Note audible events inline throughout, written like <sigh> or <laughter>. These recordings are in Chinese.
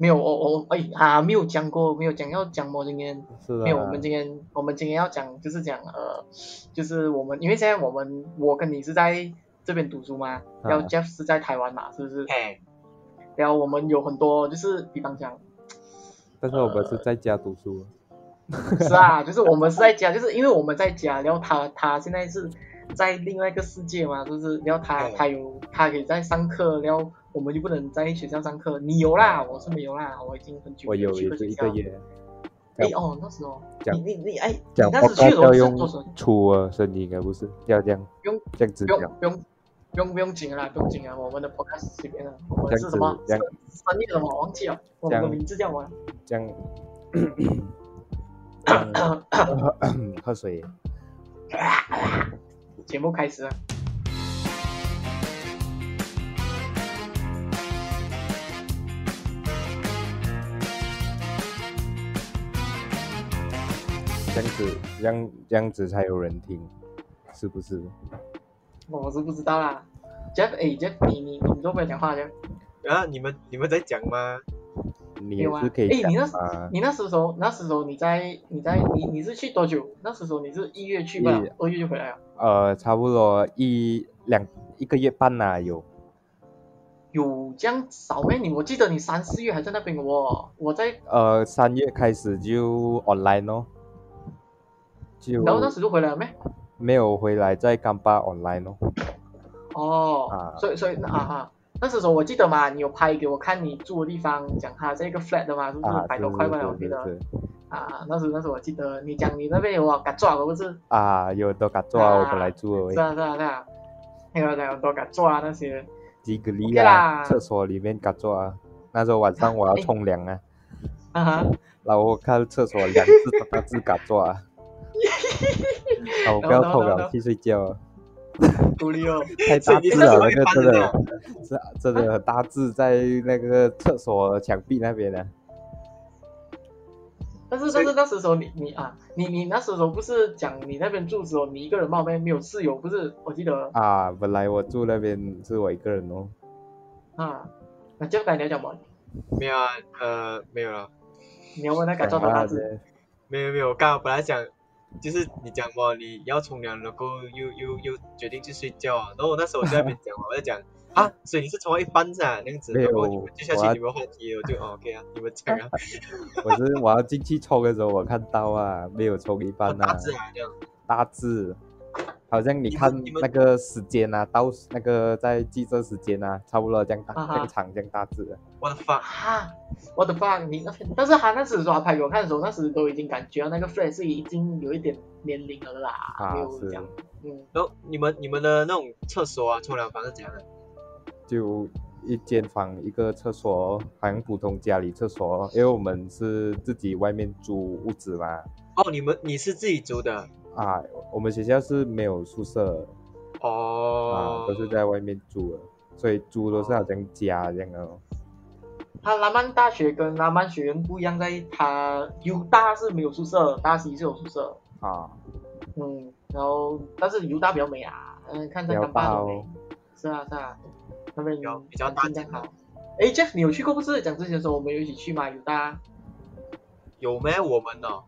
没有，我我哎啊，没有讲过，没有讲要讲我今天是啊，没有，我们今天我们今天要讲就是讲呃，就是我们因为现在我们我跟你是在这边读书嘛，啊然后 Jeff 是在台湾嘛，是不是？哎，然后我们有很多就是比方讲，呃但是我们是在家读书，是啊， <laughs> 就是我们是在家，就是因为我们在家，然后他他现在是在另外一个世界嘛，是不是？然后他对他有他可以在上课，然后我们就不能在学校上课。你有啦，我是没有啦，我已经很久我没有去也过是学一校个。月哎哦，那时候讲你你你哎，你讲那报时去的时告候要是用做什么？粗哦的声音而不是要这样不用这样子不讲用，不用不用不用紧了啦，不用紧了，我们的 podcast 随便了，我们这是样什么子这生样生意什么忘记了，我们的名字叫什么？<coughs> 这样。这样喝水，节目开始啊了。这样子，这样这样子才有人听，是不是？我是不知道啦。Jeff，哎，Jeff，你你你都没有讲话，Jeff。然后你们你们在讲吗？你没也有啊是可以诶讲你那啊。你那时候，那时候你在你在你你是去多久？那时候你是一月去吧一月，二月就回来了。呃，差不多一两一个月半啦、有。有这样少咩？你我记得你三四月还在那边的哦。我在，呃，三月开始就 online 咯，就然后那时就回来了咩？没有回来，在干巴 online 咯。哦，啊所以所以那啊哈，那时候我记得嘛，你有拍给我看你住的地方，讲它这个 flat 的嘛，是不啊，百是多块是嘛？我是记得是啊，那时候那时候我记得你讲你那边有啊，嘎抓的不是？啊，有多嘎做啊，我本来住是诶，啊是啊是啊，还有讲很多嘎抓啊那些。几个里 OK 啦啊，厕所里面嘎做啊。那时候晚上 <laughs> 我要诶冲凉啊，啊哈，然后我看厕所两只大大只嘎 <laughs> 做啊，啊，我不要懂偷懂了，懂去睡觉 <laughs> 啊，独立哦。 <laughs> 太大你只是了，不那是个搬真得的，真真的很大只，在那个厕所墙壁那边呢、啊但是所但以是那时候你你啊，你你那时候不是讲你那边住的时候你一个人吗？没没有室友不是？我记得啊，本来我住那边是我一个人哦。啊，那接下来你要讲什么？没有啊，呃，没有了，你要问他啊感受多大字？没有没有，我刚好本来想，就是你讲嘛，你要冲凉，然后又又又决定去睡觉啊，然后我那时候我就在那边讲嘛，我 <laughs> 在讲啊，所以你是冲到一半是啊，那样子，没有然后你们接下我去要你们话题，我就哦 OK 啊，你们讲 <laughs> 啊，我是我要进去冲的时候，我看到啊，没有冲一 <laughs> 半大啊，致啊这样，大致，好像你你们看你们那个时间啊，到那个在计算时间啊，差不多这样大啊哈这样长这样大致啊。我的 fuck，啊，我的爸！你那但是他那时候他拍给我看的时候，那时都已经感觉到那个 flat 是已经有一点年龄了啦，啊没有是讲，嗯，然后你们你们的那种厕所啊，冲凉房是怎样的？就一间房一个厕所，好像普通家里厕所，因为我们是自己外面租屋子嘛。哦，你们你是自己租的啊，我们学校是没有宿舍哦哦啊，，都是在外面租的，所以租都是好像家这样的哦。他拉曼大学跟拉曼学院不一样，在他 U 大是没有宿舍，大西是有宿舍，啊，嗯，然后但是 U 大比较美啊，嗯，看比在较干巴大都哦美。。是啊是啊，那边有比较大环境这样好。哎，Jeff，你有去过不是？讲之前的时候我们有一起去吗？有的，有没我们哦？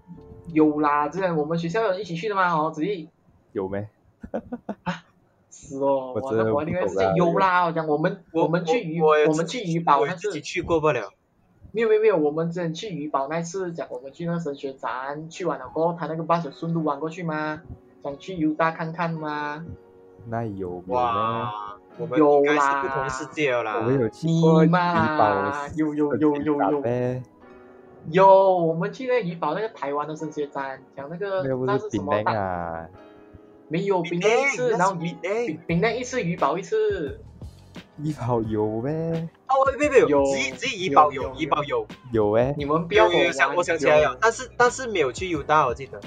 有啦，之前我们学校有人一起去的嘛，哦，子毅。有没？是哦，我哇真的那我不另外一懂次啊有啦，我讲我们我们去鱼我也们自去己鱼堡我也那自己次，去过不了。没有没有没有，我们之前去鱼堡那次讲我们去那个神学展，去完了过后，他那个 bus 有顺路玩过去吗？想去犹大看看吗？那有没呢？哇，我们有应该是啦不同世界了我啦。们有去你过怡嘛宝，有有有有有呗，有，我们去那个鱼堡那个台湾的神学展，讲那个那不那是是什槟么榔大啊？没有饼饼干干一次，哎那是然后饼鱼干饼饼干一次，鱼宝一次，怡宝有呗，哦，喂喂有喂，只只怡宝有有，有怡宝有，有哎，你们不要有跟有玩想我想起来了，但是但是没有去 U 大，我记得。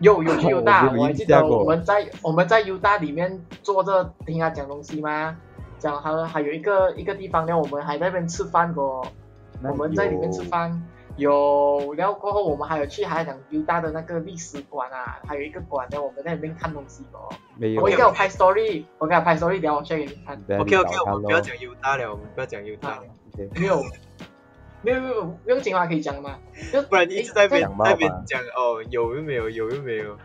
有有去 U 大，我没有我还记印象得过我们在我们在 U 大里面坐着听他讲东西吗？讲还还有一个一个地方，然后我们还在那边吃饭过，那我们在里面吃有。饭。有，然后过后我们还有去海港 U 大的那个历史馆啊，还有一个馆，然后我们在里面看东西哦。没有我我应有该有拍 story，我给他拍 story，然后我 share 给你看。在 OK 找 OK，他我们不要咯讲 U 大了，我们不要讲 U 大了。 OK，没有，没有没有没有精华可以讲的嘛，就不然你一直在那边诶讲吧在那边讲哦，有又没有，有又没有，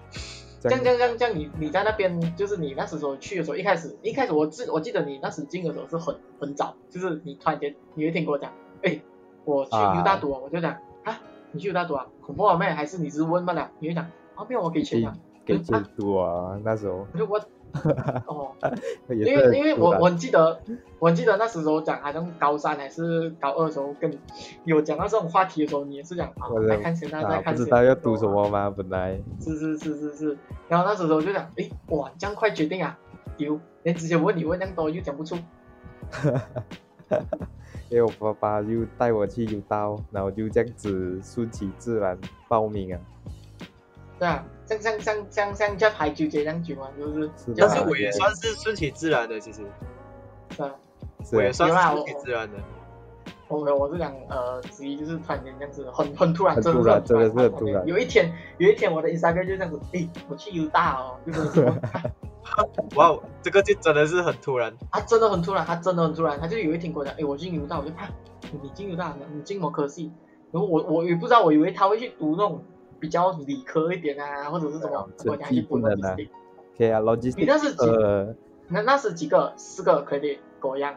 这这样样这样这样这样，你你在那边就是你那时候去的时候，一开始一开始我记我记得你那时进的时候是很很早，就是你突然间你有一天跟我讲，哎，我去啊犹大读啊，我就讲啊，你去犹大读啊，恐怖啊妹，还是你是问罢了，你就讲啊没有我给钱啊，给最多啊，那时候我就我哦，也因是啊很为因为多我啦我很记得我很记得那时候讲好像高三还是高二的时候跟有讲到这种话题的时候，你也是讲啊我的来看现在啊在不看知现道要读什么嘛，本来 <laughs> 是是是是是，然后那时候我就讲，诶，哇，这样快决定啊，丢，连之前问你问那么多又讲不出，因为我爸爸就带我去 U 道，然后就这样子顺其自然报名啊，对啊，像像像像像 Jeff 还纠结这样久嘛，是不是？是就但吧是我也也算是顺其自然的，其实是啊，是我也啊算有啦是我顺其自然的。我我是讲呃，子怡就是突然间这样子，很很突然，很真的突是然突真的是然很突然有一天有一天我的 Instagram 就这样子，诶，我去 U 大哦，就跟你说哇，这个就真的是很突然，啊，真的很突然，他真的很突然，他就有一天跟我讲，诶，哎我进 U 大，我就怕你进 U 大，你进什么科系？然后我我也不知道，我以为他会去读那种比较理科一点啊，或者是什么，哦这我讲去读基本的 logistics ，OK 啊你，logistics 那是几？呃那那是几个？四个 credit 跟我一样。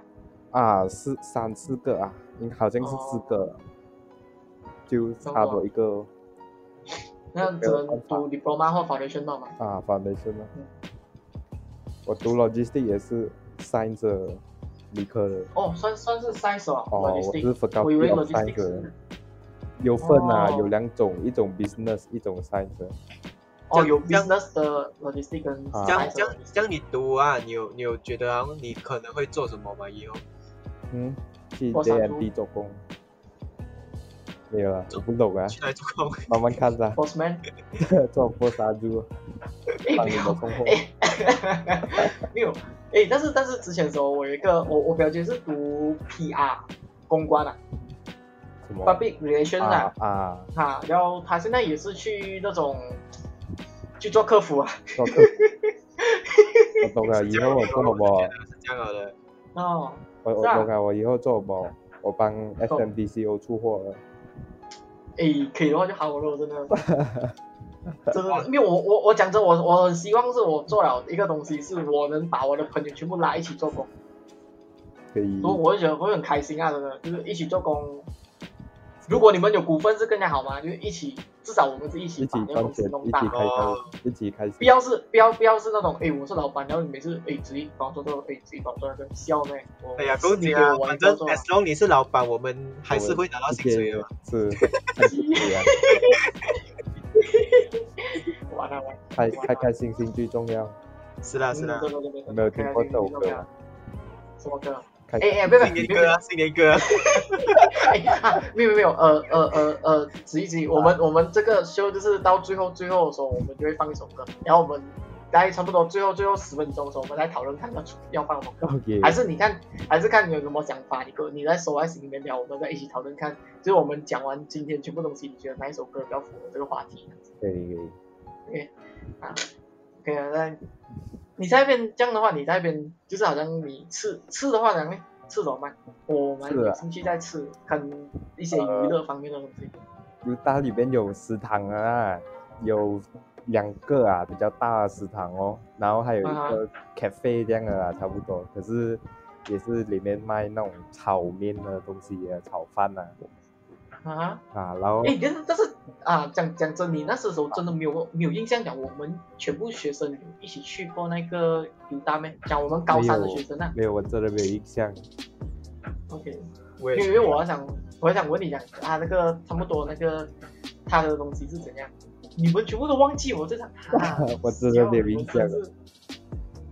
啊是三四个啊，应好像是哦四个，就差不多一个那只能读 diploma 或 foundation 到嘛？啊 foundation 啊嗯。我读 logistics 也是 science 的理科的，哦，算算是 science 哦哦，我是 logistic。 faculty 我以为 of logistics science 的是有分啊，哦有两种，一种 business，一种 science。哦，有这样 business 的 logistic 跟啊这样 science 这样的 logistic 这样你读啊，你有你有觉得啊，你可能会做什么吗？以后嗯，去我想说 JMD 做工。没有啊，我不懂 <laughs> 啊，去哪里做工？慢慢看啦、 <laughs> Postman，做波杀猪，啊哎帮没你有们，送货。 <laughs> 没有，哎，但是但是之前的时候，我有一个我我表姐是读 PR 公关啊什么？ ，public relation 啊哦啊，啊，哈，然后她现在也是去那种去做客服啊，做 <laughs> 客。我懂啊了，以后我做什我么觉？得是这样好的，哦，我我是啊懂了，我以后做什么？我帮 SMDCO 出货了。诶，可以的话就好了，真的。真的，因为我我我讲真，我我很希望是我做了一个东西，是我能把我的朋友全部拉一起做工，可以所以我就觉得会很开心啊，真的，就是一起做工。如果你们有股份是更加好嘛，就是一起，至少我们是一一起把这起个赚公司钱，弄一大起嘛。开哦销，一起开销不。要是不要不要是那种，诶，我是老板，然后你每次诶自己帮我做这个，诶自己帮我做那个，笑妹。我哎呀，是够你紧给啊我！玩工反正作 as long 你是老板，我们还是会拿到薪水的嘛。是，开心啊玩啊玩，开开开心心最重要。是啦是啦，对对对对对有没有听过这首歌啊？什么歌？开哎哎，不要新不年要， <laughs> 歌啊，新年歌啊， <laughs> 哎啊，没有没有，呃 <laughs> 呃呃呃，子怡子怡，我们我们这个秀就是到最后最后的时候，我们就会放一首歌，然后我们大概差不多最后最后十分钟的时候，我们来讨论看要出要放什么歌， OK，还是你看还是看你有什么想法，你跟你在手在心里面聊，我们再一起讨论看，就是我们讲完今天全部东西，你觉得哪一首歌比较符合这个话题可以可以。啊？OK 啊，那你在那边这样的话，你在那边就是好像你吃吃的话，然后吃什么嘛？我们吃啊兴趣在吃，跟一些娱乐方面的东西。有大里边有食堂啊，有两个啊比较大的食堂哦，然后还有嗯一个 cafe 这样的啊，差不多。可是也是里面卖那种炒面的东西啊，炒饭啊啊，啊，然后哎，但是但是啊，讲讲真，你那时候真的没有没有印象讲我们全部学生有一起去过那个犹大咩？讲我们高三的学生啊没有我真的没有印象。 ，OK，我因也为是因为我要想我要想问你讲他那个差不多那个他的东西是怎样，你们全部都忘记我这场，啊 <laughs> 我真的没有印象了。 <laughs>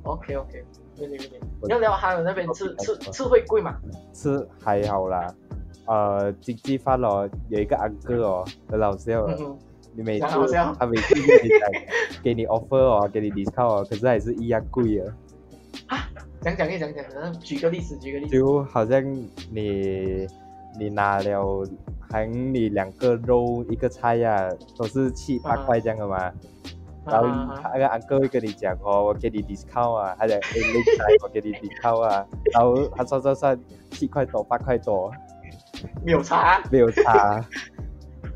OK OK，没有没有没有，我你要聊他的那边吃吃吃会贵嘛？吃还好啦，呃，经济饭哦，有一个安哥哦，很老笑嗯的，嗯，你每次很好笑他每次跟你讲给你 offer 哦，给你 discount 哦，可是还是一样贵哦的。讲讲一讲讲，然后举个例子举个例子，就好像你你拿了含你两个肉一个菜呀、都是七八啊块这样的嘛。啊然后啊啊那个 uncle 会跟你讲哦，我给你 discount 啊，他讲哎，你来我给你 discount 啊，然后他算算算七块多八块多，没有差。没有差。啊 <laughs>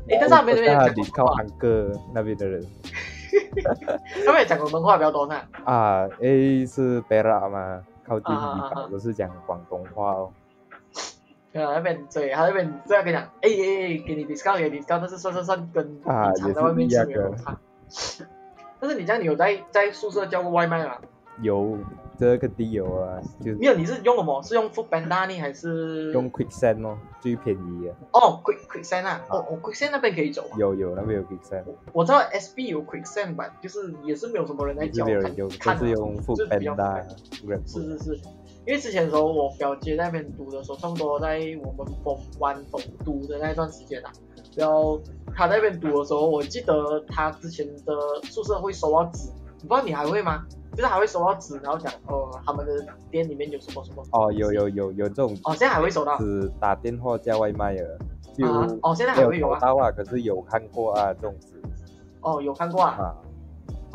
诶哎但是他们那边有他讲你广东靠话安哥那边的人他们也讲广东话比较多呢。啊，诶是北拉嘛，靠近啊啊怡啊啊保都是讲广东话哦。对啊，那边对，他那边这样跟你讲，哎哎哎，给你 discount 给你 discount，但是算算算跟啊平常在外面也吃是没一样的有差。但是你这样，你有在在宿舍叫过外卖吗？有这个地有啊，就没有，嗯你是用什么？是用 Food Panda 呢，还是用 Quicksand 哦，最便宜的。哦 Quick Quicksand 啊？哦哦 Quicksand 那边可以走啊。有有那边有 Quicksand，我知道 SB 有 Quicksand 吧，就是也是没有什么人在这教边有看人用，看都啊是用啊 f o 就是 o 比较 Panda 是是是，嗯因为之前的时候我表姐在那边读的时候，差不多在我们逢湾逢读的那一段时间啊，然后她在那边读的时候，我记得她之前的宿舍会收到纸，我不知道你还会吗？就是还会收到纸，然后讲哦，他们的店里面有什么什么。哦，有有有有这种哦，现在还会收到只打电话叫外卖的，就啊？哦，现在没还有会有找啊？到啊，可是有看过啊这种纸哦，有看过啊。啊，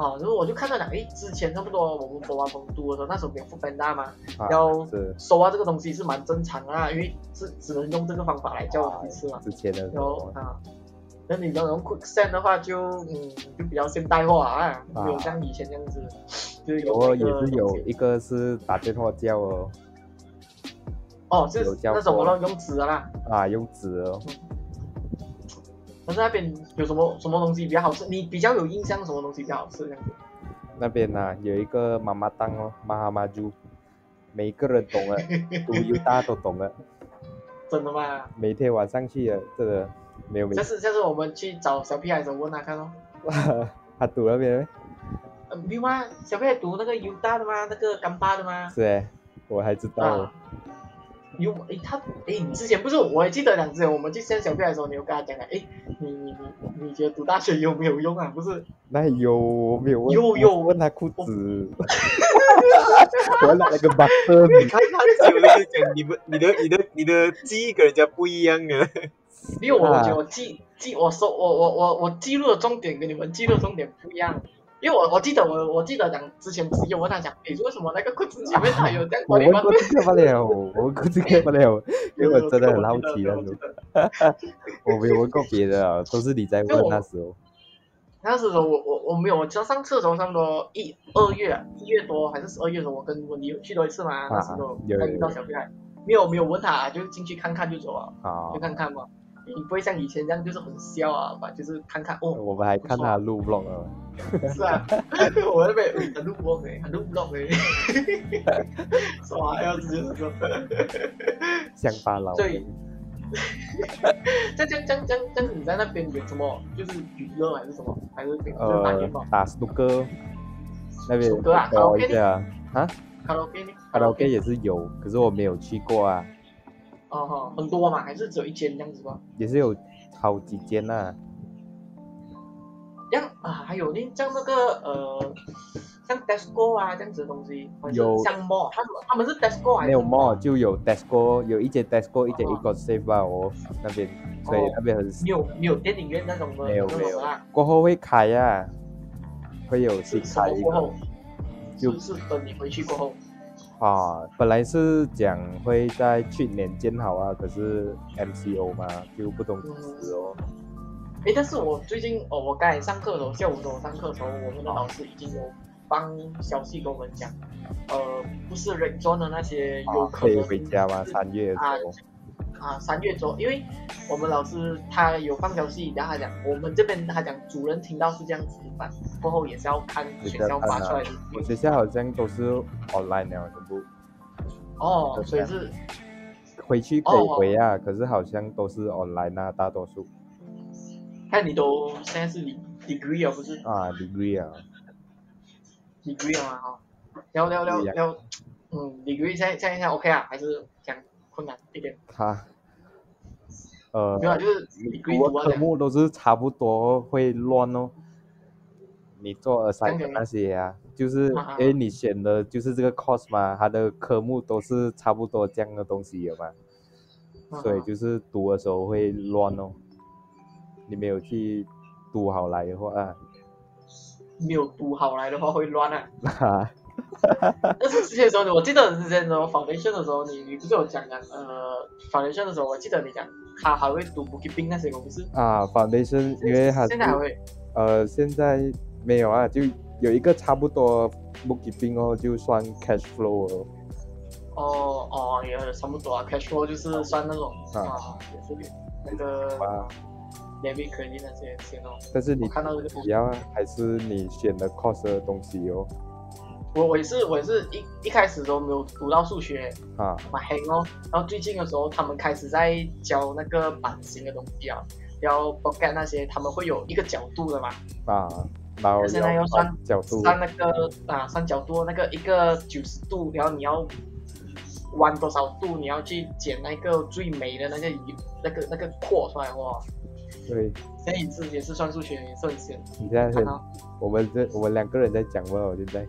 哦，然后我就看到讲，诶，之前差不多我们逢湾逢读的时候，那时候没有副班大嘛，啊然后是收到这个东西是蛮正常的啊，因为是只能用这个方法来叫东西吃嘛。啊之前的时然后候啊，那你要用 Quick Send 的话就，嗯就比较现代化啊，啊没有像以前这样子，就是有我那也个是有东西一个是打电话叫哦，哦，就有是教那种过乱用纸的啦。啊用纸哦，但是那边有什么什么东西比较好吃？你比较有印象什么东西比较好吃这样子？那边啊有一个妈妈档哦，妈妈猪，每一个人懂 <laughs> 了，都有大家都懂了，真的吗？每天晚上去的，这个没有没下次下次我们去找小屁孩子问他看哦。 <laughs> 他堵那边呃，没有啊，小屁孩读那个犹大的吗？那个干巴的吗？是哎，我还知道哦啊，有诶，他诶，你之前不是我也记得两之前我们去见小屁孩的时候，你有跟他讲啊，诶，你你你你觉得读大学有没有用啊？不是，那有我没有问，有我有问他裤子， <laughs> 我拿了个 button， <laughs> 看他只有那个讲你们 <laughs> 你的你的你的记忆跟人家不一样的，没有，我啊我觉得我记记我说我我我我记录的重点跟你们记录的重点不一样，因为我我记得我我记得讲之前有问他讲，诶，为什么那个裤子前面它有这样我管理问吗？过这个不了，我问过这个不了，因为我真的很好奇那那时候，我没有问过别的啊，都是你在问那时候那时候我我我没有，我上上次的时候差不多一二月啊一月多还是十二月的时候，我跟温迪有去多一次嘛，那时候啊有才有遇到小屁孩，没有没有问他，就进去看看就走了，啊就，看看嘛，你不会像以前这样就是很笑啊吧，就是看看哦，我们还看他录 vlog 啊，是啊，我那边很录播哎，很录 vlog 哎，耍要直接说，乡巴佬，对这样这样这样这样你在那边有什么就是娱乐还是什么，还是就是打呃电话，打 snooker 那边首歌啊，卡拉搞一 OK 呢？下啊，卡拉 OK 呢？卡拉 OK 也是有，可是我没有去过啊，哦吼，很多嘛，还是只有一间这样子吧？也是有好几间啊呐，这样啊，还有那像那个呃，像 Tesco 啊这样子的东西，或者是有像 mall，他们他们是 Tesco 还是没有 mall 就有 Tesco，有一间 Tesco，一间啊 e c o s a v e 吧，我那边，所以那边很没有哦没有电影院那种的，没有那没种有的啦，过后会开呀、会有新是什么开一过个后？就是是等你回去过后，啊。本来是讲会在去年建好啊，可是 MCO 嘛就不懂几时哦。诶，但是我最近哦，我刚才上课的时候，下午的时候上课的时候，我们的老师已经有帮消息跟我们讲，呃，不是 r e d zone 的那些有啊，可可以能回家吗？三月的时候啊，三月左右，因为我们老师他有放消息，然后他讲我们这边他讲主任听到是这样子办，过后也是要看学校发出来的我学校好像都是 online 了，全部哦，所以是回去可以回啊，可是好像都是 online 啊，大多数看你都现在是 de- degree 哦了不是啊，degree 啊， degree 了嘛哈，聊聊聊不一样聊，嗯，degree 现在现在现在 OK 啊，还是讲困难一点，他呃没有啊就是你 degree 读读啊的科目都是差不多会乱哦。你做 assignment 样那些啊，就是啊诶，你选的就是这个 course 嘛，它的科目都是差不多这样的东西的嘛，啊所以就是读的时候会乱哦。你没有去读好来的话， <laughs> 没有读好来的话会乱啊，哈、但是之前的时候，我记得之前的时候 foundation 的时候，你你不是有讲讲呃 foundation 的时候，我记得你讲他还会读 bookkeeping 那些东西， <laughs> 啊，foundation，因为它现在还是会呃，现在没有啊，就有一个差不多 bookkeeping 哦，就算 cash flow 哦。哦哦也差不多啊，cash flow 就是算那种啊啊也是那个啊 debit credit 那些些那种，但是你我看到这个东你西。要还是你选的 course 的东西哦，我我也是我也是一一开始都没有读到数学，啊，蛮黑哦。然后最近的时候，他们开始在教那个版型的东西啊，教 b o g a t 那些，他们会有一个角度的嘛，啊，然后但是呢要算换角度，算那个啊三角度那个一个九十度，然后你要弯多少度，你要去剪那个最美的那个鱼那个那个廓出来哇。对，现在也是也是算数学，也是很闲。你现在看很，到我们这我们两个人在讲嘛，我现在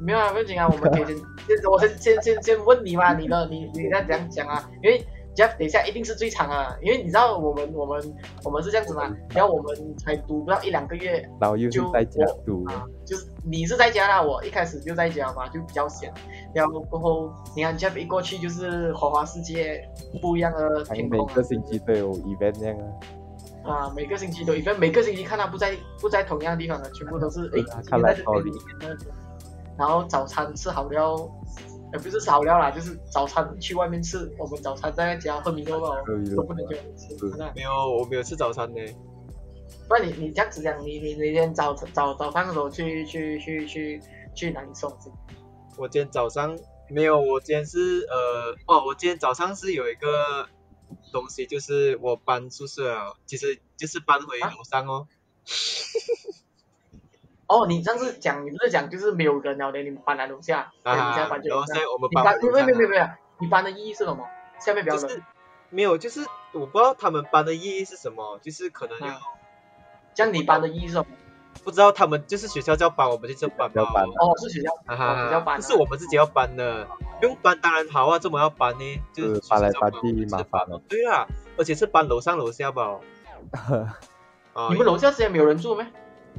没有啊，不用紧啊，我们可以先先我先先先先问你嘛，你的你你在怎样讲啊？因为 Jeff 等一下一定是最长啊，因为你知道我们我们我们是这样子嘛，然后我们才读不到一两个月然后又是就在家我读，啊，就是你是在家啦，我一开始就在家嘛，就比较闲，然后过后你看 Jeff 一过去就是花花世界不一样的好像天每空啊个星期都有 event 这样啊，啊，每个星期都，因为每个星期看他不在不在同样的地方的，全部都是对诶，啊今看天来在这嗯边，道理明天那边然后早餐吃好料，也不是吃好料啦，就是早餐去外面吃，我们早餐在家喝米粥吧，喝米粥都不能去外面吃，真的。没有，我没有吃早餐呢。不然你你这样子讲，你你你今天早早早上的时候去去去去去哪里送信？我今天早上没有，我今天是呃，哦，我今天早上是有一个东西，就是我搬宿舍了，其实就是搬回楼上哦。哦，你上次讲你不是讲就是没有人了的，你们搬来楼下，啊，然后你现在搬去然楼后下现，在我们你搬搬回没有楼没有没有没有没上啊了有，你搬的意义是什么？下面不要就冷。是没有，就是我不知道他们搬的意义是什么，就是可能要、啊这样你搬的意义是什么？不知道他们就是学校叫搬，我们就这搬吧要搬哦，是学校啊哦学校搬啊哈，就是我们自己要搬的，不用搬当然好啊，怎么要搬呢？就是是搬来学校搬我去们自己麻烦哦了，对啦，而且是搬楼上楼 <laughs> 下吧。啊，你们楼下之前没有人住咩？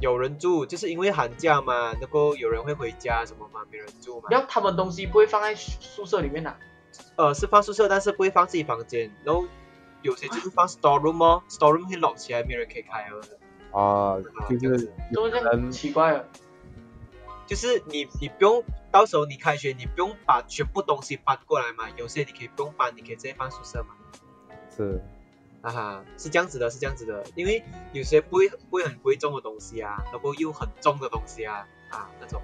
有人住，就是因为寒假嘛，能够有人会回家什么嘛，没人住嘛。然后他们东西不会放在宿舍里面呐、呃，是放宿舍，但是不会放自己房间，然后有些就是放 store room 哦，store room 会 lock 起来，没人可以开哦。啊，就就是都这样嗯奇怪了。就是你你不用，到时候你开学你不用把全部东西搬过来嘛，有些你可以不用搬，你可以直接放宿舍嘛。是啊哈，是这样子的，是这样子的，因为有些不会不会很贵重的东西啊，然后又很重的东西啊，啊那种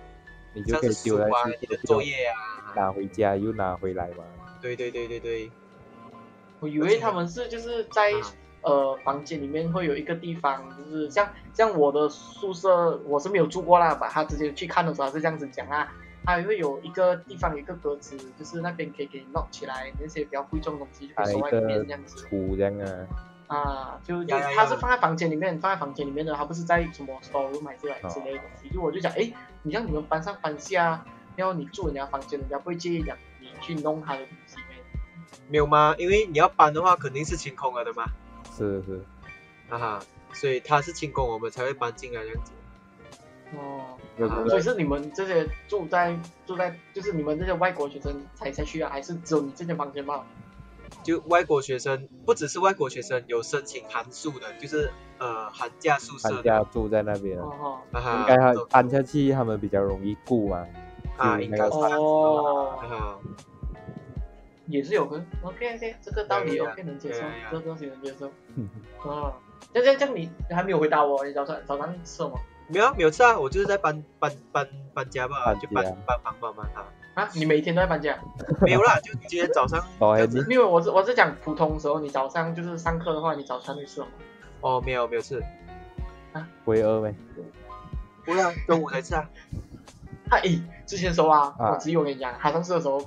你就像可以是丢书在啊、宿你的舍作业啊，拿回家又拿回来嘛，对对对对对，啊我以为他们是就是在呃房间里面会有一个地方，就是像像我的宿舍我是没有住过啦，把他直接去看的时候他是这样子讲啊，他会有一个地方有一个格子，就是那边可以给你 lock 起来那些比较贵重的东西就可拿以一收在里个面这样子橱这样啊，啊，就就呀呀呀他是放在房间里面，放在房间里面的，他不是在什么 store room 还是来之类的东西，就我就讲诶，你让你们搬上搬下，然后你住人家房间，人家不会介意讲你去弄他的东西咩。没有吗？因为你要搬的话肯定是清空了的嘛，是是，啊哈，所以它是清空我们才会搬进来这样子。哦，有啊可所以能是你们这些住在住在，就是你们这些外国学生才才去啊，还是只有你这间房间吗？就外国学生，不只是外国学生有申请寒宿的，就是呃寒假宿舍搬的，家住在那边啊，哦啊哈，应该他这种搬下去他们比较容易顾嘛，啊就应该是那这个样子的哦啊，哈，也是有个 OK OK，这个道理 OK 能接受对呀，这个东西能接受。 <laughs> 哦，这样这样你还没有回答我，你早上早上吃什么没有啊没有事啊，我就是在搬搬搬搬家吧，搬就家搬搬房嘛嘛啊，啊？你每天都在搬家？没有啦，就今天早上哦这样子哎因为我是我是讲普通时候，你早上就是上课的话，你早餐会吃什么？哦没有没有吃，不会饿呗，不会啊，中午才吃啊，他诶，之前的时候啊，啊我侄友跟你讲，他上次的时候，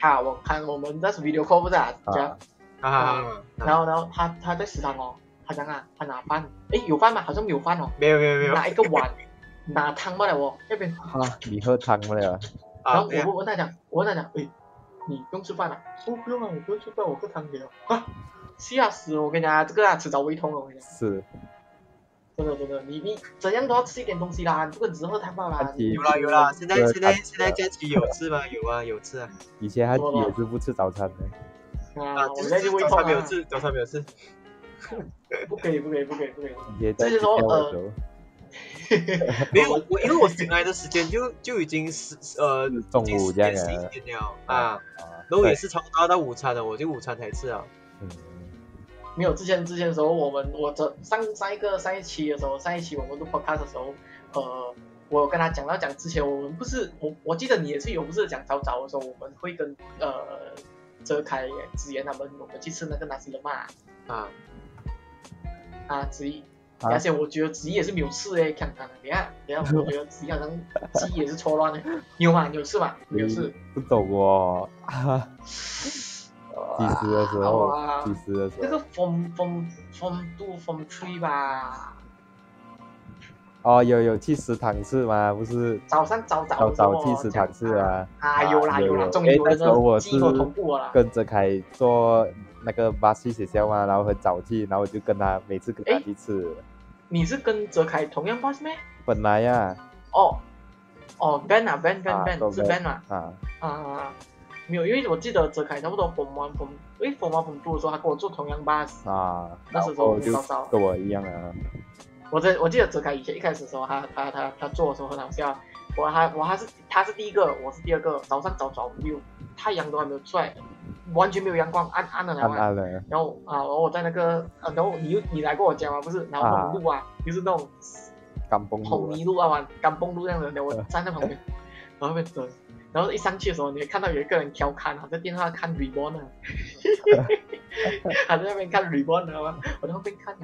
啊，我看我们那是 video call 不是啊，这样，啊，啊哈，哦然后然后他他在食堂哦，他讲啊，他拿饭，诶，有饭吗？好像没有饭哦，没有没有没有啊拿一个碗，拿汤罢了哦，那边，哈，你喝汤了啊，然啊，后对啊我我问他讲，我问他讲，诶，你不用吃饭啊？不不用啊，我不用吃饭，我哦 <laughs> 喝汤给我啊，吓死我！我跟你讲啊，这个啊迟早胃痛的，我跟你讲。是真的真的，你你怎样都要吃一点东西啦，你不可能只喝汤啊饭啦看。起有啦有啦，现在现在现在假期有吃吗？有啊有吃啊。以前他多了也是不吃早餐的。啊，啊，我就现在是就胃早痛餐没有啊！吃，早餐没有吃。不可以不可以不可以不可以。以前在这是说学校的呃时候没有我，因为我醒来的时间就就已经十呃是中已经午十这样点十一的点了啊啊，啊，然后也对是差不多要到午餐了，我就午餐才吃啊。嗯没有，之前之前的时候，我们我这上上一个上一期的时候，上一期我们录 podcast 的时候，呃，我有跟他讲到讲之前我们不是我我记得你也是有不是讲早早的时候，我们会跟呃哲凯、子言他们我们去吃那个纳西勒嘛啊，啊子怡，啊而且我觉得子怡也是没有吃诶，看看等一下等一下，我觉得子怡好像记忆也是错乱的，你有吗？你有吃吗？你有吃你？不懂哦，哈哈几十的时候哇，几十的时那候个 from from from two from three 吧。哦，有有去食堂吃吗？不是早上早早的早时早候去食堂吃啊。啊，有啦有啦，有终诶于有那那时候我个是计谋同步了啦。跟着凯做那个巴西学校嘛，然后很早去，然后就跟他每次跟他诶去吃。你是跟泽凯同样 boss 咩？本来啊呀、哦哦，Ben 啊，Ben 啊 Ben 都 Ben 是 Ben Ben 嘛？啊，啊，啊啊，啊没有，因为我记得泽凯差不多 form one form，因为 form one form two 的时候，他跟我做同样 boss。啊，那然时候后就稍稍跟我一样啊，我这我记得泽凯以前一开始的时候，他他他他做的时候很好笑。我还我还是他是第一个，我是第二个。早上早早六，太阳都还没有出来，完全没有阳光，暗暗的来暗嘛。暗的，然后啊，然后我在那个，啊、然后你又你来跟我讲嘛，不是？然后我们录啊，就是那种干崩红路泥路啊，往甘崩路那样的，然后我站在旁边，然后被走，然后一上去的时候，你会看到有一个人调侃啊，在电话看 Reborn 啊，他在那边看 Reborn 啊，我在后面看，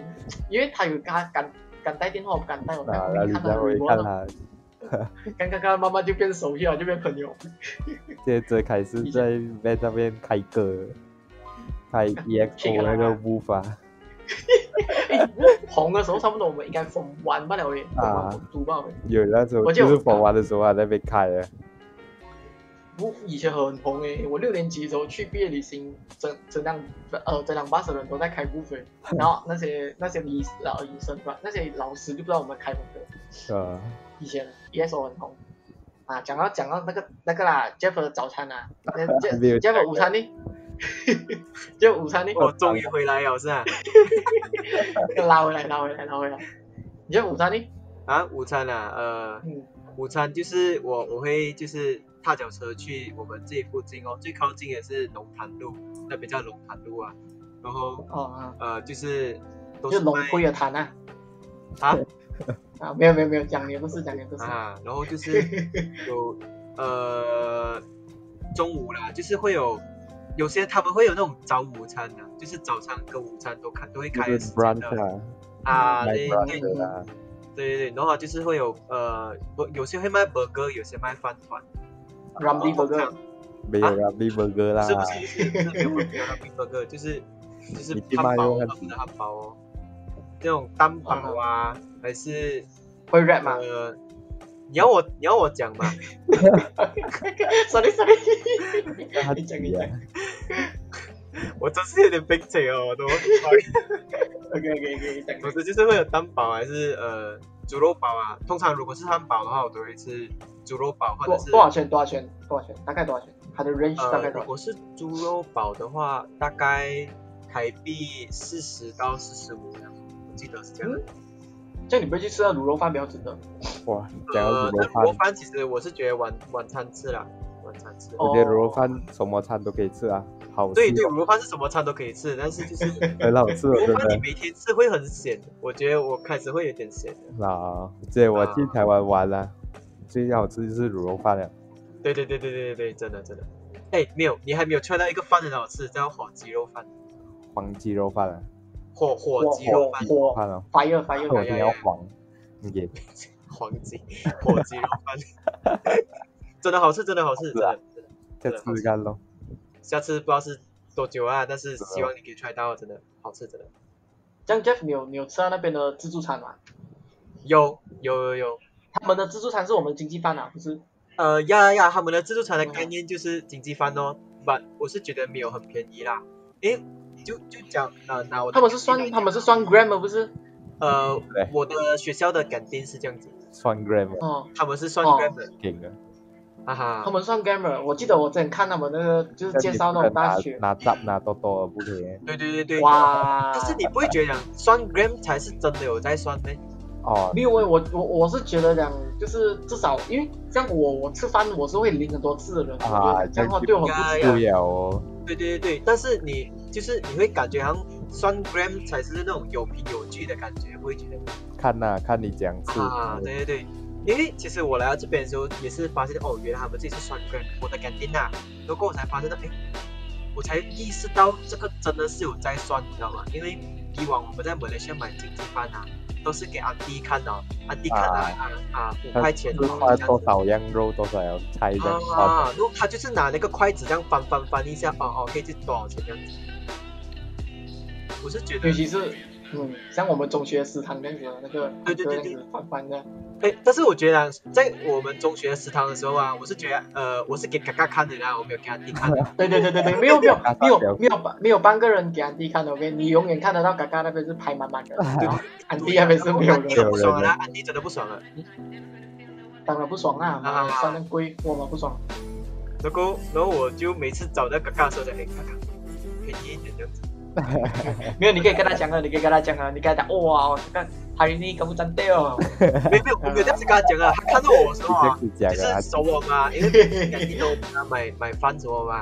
因为他有他敢敢带电话，我不敢带，我在啊，后然后面你看这到样我一看 Reborn 啊，他，刚刚刚慢慢就变熟悉了，就变朋友，接着开始以前在 van 上面开歌，开 EXO 那个舞法红的时候差不多我们应该疯玩不了耶，疯啊玩疯读罢了。有那时候我就就是我玩的时候啊，在那边开啊，我以前很红诶、我六年级的时候去毕业旅行，整整辆呃整辆巴士的人都在开部 <laughs> 分，然后那些那些医老医生吧，那些老师就不知道我们开什么歌。呃，以前 ES 很红啊，讲到讲到那个那个啦，Jeff 的早餐 <laughs> 啊那 Jeff 没有 Jeff 午餐呢 <laughs> ？Jeff 午餐呢？哦我终于回来了是吧？拉回来拉回来拉回来，Jeff 午餐呢？啊，午餐啊，呃，嗯，午餐就是我我会就是踏脚车去我们这里附近哦，最靠近的是龙潭路，那边叫龙潭路啊。然后哦啊，呃就是都就是龙卖龟的坛啊啊啊，没有没有没有，讲你不是讲你不是，啊，然后就是 <laughs> 有呃中午啦，就是会有有些他们会有那种早午餐的、就是早餐跟午餐都开都会就开的是时间 brunch 的啊，啊，卖对对 brunch 的啊，对对对，然后就是会有呃不有些会卖 burger，有些卖饭团。 Ramly 然后 burger 通常没有啦，B burger 啦，是不是是不是没有没有 Happy Burger，就是就是你去汉卖堡用他汉们的汉堡哦，这种蛋堡啊，还是会 rap 吗呃，你要我你要我讲嘛？ <laughs> ？Sorry Sorry，他你讲挤你讲啊。我真是有点悲催哦，我都 OK OK OK，讲总之就是会有蛋堡还是呃猪肉堡啊。通常如果是汉堡的话，我都会吃猪肉堡或多者是多少钱？多少钱？多少钱？大概多少钱？它的 range 大呃，概如多少？果是猪肉堡的话，大概台币四十到四十五这样，我记得是这样。这样你不会去吃到卤肉饭比较值得。哇，讲到呃，卤那肉卤肉饭，饭其实我是觉得晚晚餐吃啦，晚餐吃。哦我觉得卤肉饭什么餐都可以吃啊，好吃对对，卤肉饭是什么餐都可以吃，但是就是 <laughs> 很好吃，卤真肉饭你的。每天吃会很咸，我觉得我开始会有点咸的。啊，这我去台湾玩了，最好吃就是卤肉饭了。对对对对对对对，真的真的。哎，没有，你还没有 try 到一个饭很好吃，叫火鸡肉饭，黄鸡肉饭啊，火火火鸡肉火饭，火饭哦， fire 我 fire，一定要黄，也黄鸡火鸡肉饭， <laughs> 真的好吃，真的好吃，真的真的。再吃看咯。下次不知道是多久啊，但是希望你可以 try 到，真的好吃，真的。这样 Jeff，你有你有吃到那边的自助餐吗？有有有有，他们的自助餐是我们经济饭啊，不是？呃，呀呀，他们的自助嗯餐的概念就是经济饭哦，but 我是觉得没有很便宜啦。诶，就就讲呃，拿我的他们是算他们是算 gram 的，不是？呃对，我的学校的 canteen 是这样子，算 gram 哦，他们是算哦 gram 的，给的，哈他哈。们算 gamer，我记得我之前看他们那个就是介绍那种大学，拿拿拿拿多多不可以对对对对。哇，但是你不会觉得讲算 gram 才是真的有在算呢？哦，没有诶，我我我是觉得讲，就是至少因为像我我吃饭我是会淋很多次的人，我啊觉得嗯这样的话那就对我很不值哎呀不了哦，对对对对，但是你就是你会感觉好像算 gram 才是那种有凭有据的感觉，不会觉得看呐、看你讲是，啊，对对对，因为其实我来到这边的时候也是发现哦，原来他们自己是双根，我的 canteen 啊，然后我才发现到，哎，我才意识到这个真的是有在算，你知道吗？因为以往我们在马来西亚买经济饭啊，都是给安迪看的哦，安迪看啊啊啊，五块钱是哦花这样多子。少样肉多少样菜这样花，啊，然后他就是拿那个筷子这样翻翻翻一下，哦哦，可以是多少钱这样子。我是觉得尤，其是嗯，像我们中学食堂那样子的那个，对对对对那样子翻翻的，哎，但是我觉得啊在我们中学食堂的时候啊，我是觉得，呃，我是给嘎嘎看的啦，我没有给啊安 <laughs> 迪看的。对对对对对，没有没有嘎嘎没有表没有没有半个人给安迪看的，OK，你永远看得到嘎嘎那边是排满满的，啊然后安迪那边是没有安迪人，很不爽了，安迪真的不爽了。啊当然不爽啦，妈的算那贵，我们不爽，然后，然后我就每次找到嘎嘎说的，哎，嘎嘎，便宜一点这样子。哎没有你可以跟他讲啊，你可以跟他讲啊，你跟他讲，哇，这个海尼咁真对 <laughs> 哦，没有没有，我没有这样子跟他讲 <laughs> 啊，他看到我的时候啊，你这就样子讲啊是，手我嘛，因为肯定都跟他买买饭什么嘛。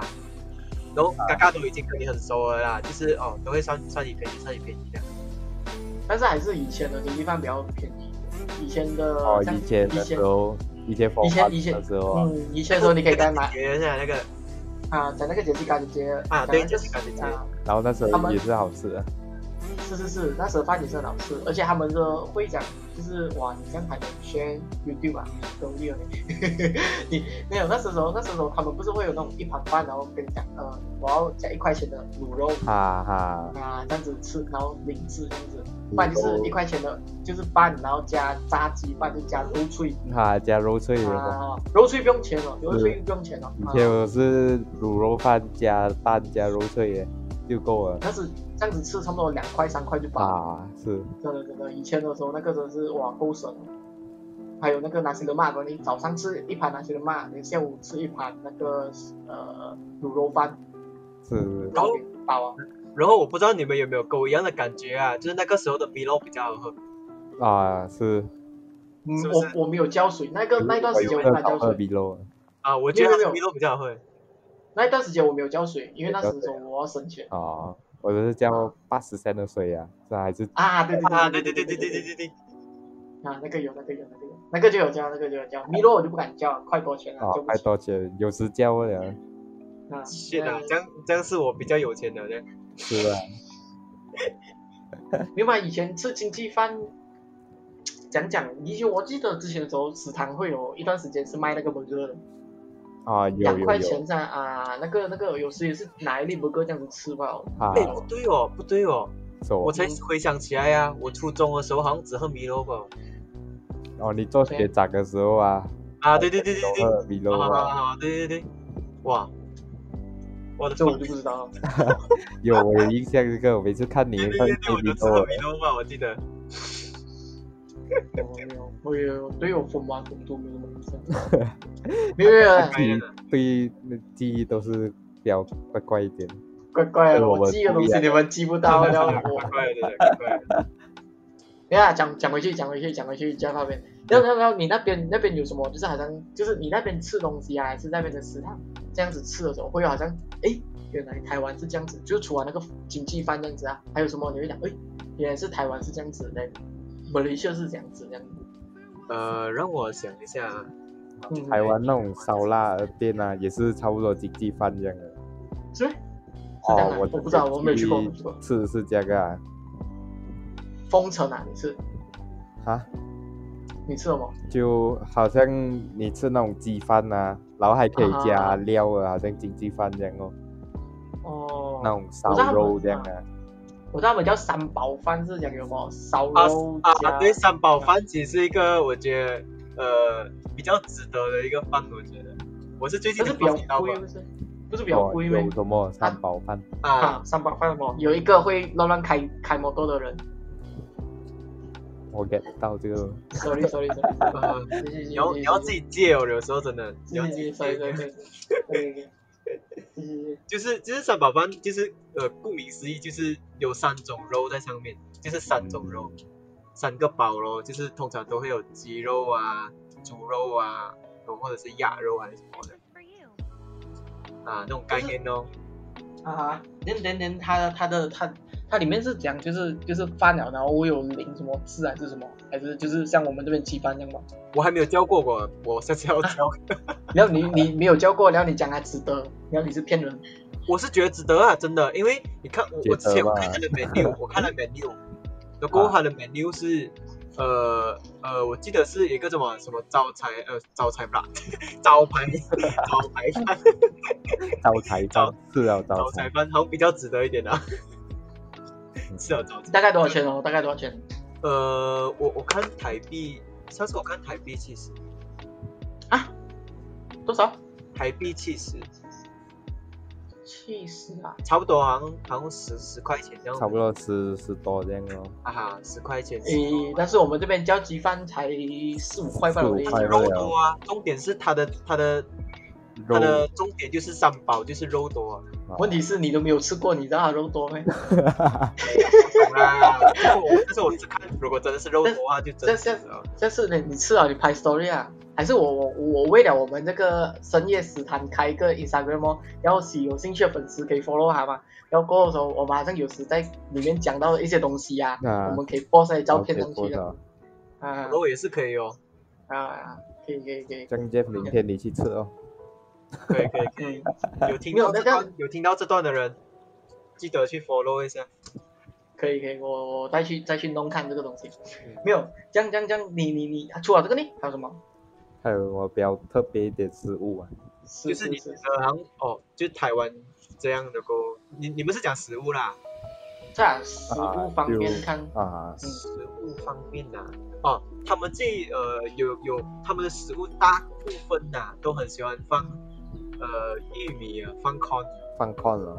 然后嘎嘎都已经跟你很熟了啦，就是哦，都会算算你便宜，算你便宜的。但是还是以前的经济饭比较便宜，以前的哦，像以前以的前时候，以前佛以前法以前的时候啊，嗯，以前的时候你可以跟他买。学一下那个啊，讲那个杰西卡姐姐啊讲对那个杰西卡姐姐啊，然后那时他候们也是好吃的，是是是，那时候饭也是很好吃，而且他们的会讲就是哇，你这样还能学 YouTube 啊，都有 <laughs> 你，你没有那时候那时候他们不是会有那种一盘饭，然后跟你讲呃，我要加一块钱的卤肉哈哈，啊，这样子吃，然后零食这样子，不然就是一块钱的，就是饭，然后加炸鸡饭，就加肉脆哈加肉脆的嘛。啊，肉脆不用钱了，肉脆不用钱了以，前啊，我是卤肉饭加蛋加肉脆的就够了但是这样子吃差不多两块三块就饱了。啊，是真的真的，以前的时候那个真的是哇够神了。还有那个拿西德玛，你早上吃一盘拿西德玛，你下午吃一盘那个呃卤肉饭，是然后饱啊。然后我不知道你们有没有跟我一样的感觉啊，就是那个时候的 Milo 比较好喝。啊是，嗯是不是哎我我没有浇水，那个那一段时间我没我有有浇喝水，比肉，啊，我觉得还没是有没 Milo 比较好喝。那一段时间我没有浇水，因为那时候我要省钱哦，我都是叫八十三的水啊，这还是啊。对对啊，对对对对对对对对对，啊，那个有那个有那个有，那个就有浇，那个就有浇。米洛我就不敢浇，快多钱啊了，哦就不太起多钱，有时叫不了，啊。是的，这样这样是我比较有钱的人。是啊，明白以前吃经济饭，讲讲以前我记得之前的时候，食堂会有一段时间是卖那个 burger 的，啊有两有块有钱噻啊，那个那个有时也是拿一粒 burger 这样子吃吧。啊，哎，不对哦，不对哦，走我才回想起来呀、我初中的时候好像只喝米露吧。哦，你做学长的时候啊，啊，对对对对对，比好肉好好 <laughs> 啊，好，对对对，哇，我的这我就对不知道了。有我有印象这个，我每次看你对喝对对，我比都吃肉啊喝，米露吧，我记得。我没有，我有对我疯玩疯都没有什么印象。没有没有，哎呀对那记忆都是比较怪怪一点，乖乖对的，我我记的东西你们记不到了。我怪怪的，怪怪的。等一下讲讲回去，讲回去，讲回去，家那边。然后然后然后你那边那边有什么？就是好像就是你那边吃东西啊，还是那边的食堂这样子吃的时候，会有好像诶，原来台湾是这样子，就是除了那个经济饭这样子啊，还有什么你会讲诶，原来是台湾是这样子的，马来西亚是这样子这样子。呃，让我想一下啊，嗯，台湾那种烧腊的店啊，也是差不多经济饭这样的。是是这样哦的，，我我不知道，我没有去过，我没有去过。是是这个啊，封城啊，你吃哈，你吃什么？就好像你吃那种鸡饭啊，然后还可以啊加料啊，好像经济饭这样哦，哦，那种烧肉这样啊，我知道他们叫三宝饭，是讲有什么烧啊肉啊，对，加三宝饭其实是一个我觉得呃比较值得的一个饭，我觉得。我是最近但是才比发较现到吧贵，不是？不是比较哦贵呗有？什么三宝饭啊啊，三宝饭什么？有一个会乱乱开开摩托的人，我 get 到这 <laughs> 个 sorry sorry sorry，呃，继续继续你要继续你要自己戒哦，有时候真的，你要自继己续，sorry 戒。 sorry sorry，对对对，继续继续就是就是三宝饭，就是呃，顾名思义就是有三种肉在上面，就是三种肉，三个包咯，就是通常都会有鸡肉啊、猪肉啊，然后或者是鸭肉啊还是什么的啊那种概念哦。啊哈，连连连它的它的它它里面是讲就是就是饭了，然后我有淋什么字还是什么，还是就是像我们这边鸡饭这样吗？我还没有教过我，我下次要教。然后你你没有教过，然后你讲它值得，然后你是骗人，我是觉得值得啊，真的，因为你看我我之值前得吧我看他的 <laughs> menu，我看了 menu，然后他的 menu 是。呃呃，我记得是一个什么什么招财呃招财不啦， <laughs> 招牌招牌饭，招财招饭，是啊，招早餐财饭好像比较值得一点啊，嗯是啊，早餐。大概多少钱哦？大概多少钱？呃，我我看台币，上次我看台币七十，多少？台币七十，七十啊！差不多好像好像十十块钱这样子，差不多十十多这样咯。哈哈，十块钱。诶，但是我们这边交鸡饭才四五块吧，四五我的印块象而已肉多啊，重点是它的它的它的肉哦重点就是三包就是肉多、啊，问题是你都没有吃过，你知道它肉多没？懂啦。但是我但是我只看，如果真的是肉多的话，就真的是啊这次呢，你吃了你拍 story 啊？还是我我我为了我们这个深夜食堂开一个 Instagram 哦，然后喜有兴趣的粉丝可以 follow 他嘛。然后过后的时候，我马上有时在里面讲到一些东西啊，啊我们可以 po 晒照片然上后可以去的多少？啊肉也是可以哦，啊，可以可以可以，这样 Jeff 明天你去吃哦。可以可以。 <laughs> 嗯，有听没有到这那这样段有听到这段的人，记得去 follow 一下。可以可以，我我再去再去弄看这个东西嗯。没有，这样这样这样，你你你，除了这个呢，还有什么？还有我比较特别一点食物啊，是就是你觉是是得好像哦，就是台湾这样的够，你你们是讲食物啦，在食物啊方就面看，啊，嗯食物方面呐、哦，他们这呃有有他们的食物大部分呐、都很喜欢放呃玉米啊，放 corn 放空了，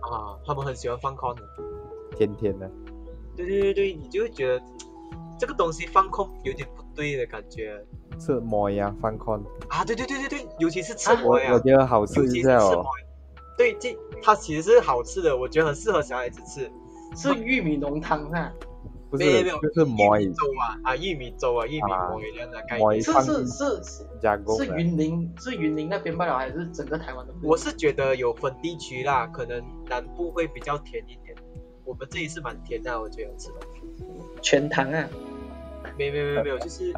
啊，他们很喜欢放 corn，天天的，对对对对，你就会觉得这个东西放 corn 有点不对的感觉吃馍呀，放空。啊，对对对对对，尤其是吃啊我馍呀、我觉得好尤吃其一是下吃哦馍，，对，这它其实是好吃的，我觉得很适合小孩子吃。是玉米浓汤啊，不没有是没有，就是馍玉米粥啊啊，玉米粥啊，玉米馍这样的概馍念。是放是是是加工是的，云林，是云林那边罢了，还是整个台湾都我是觉得有分地区啦，可能南部会比较甜一点，我们这里是蛮甜的，我觉得吃的。全糖啊？没没没没有，就是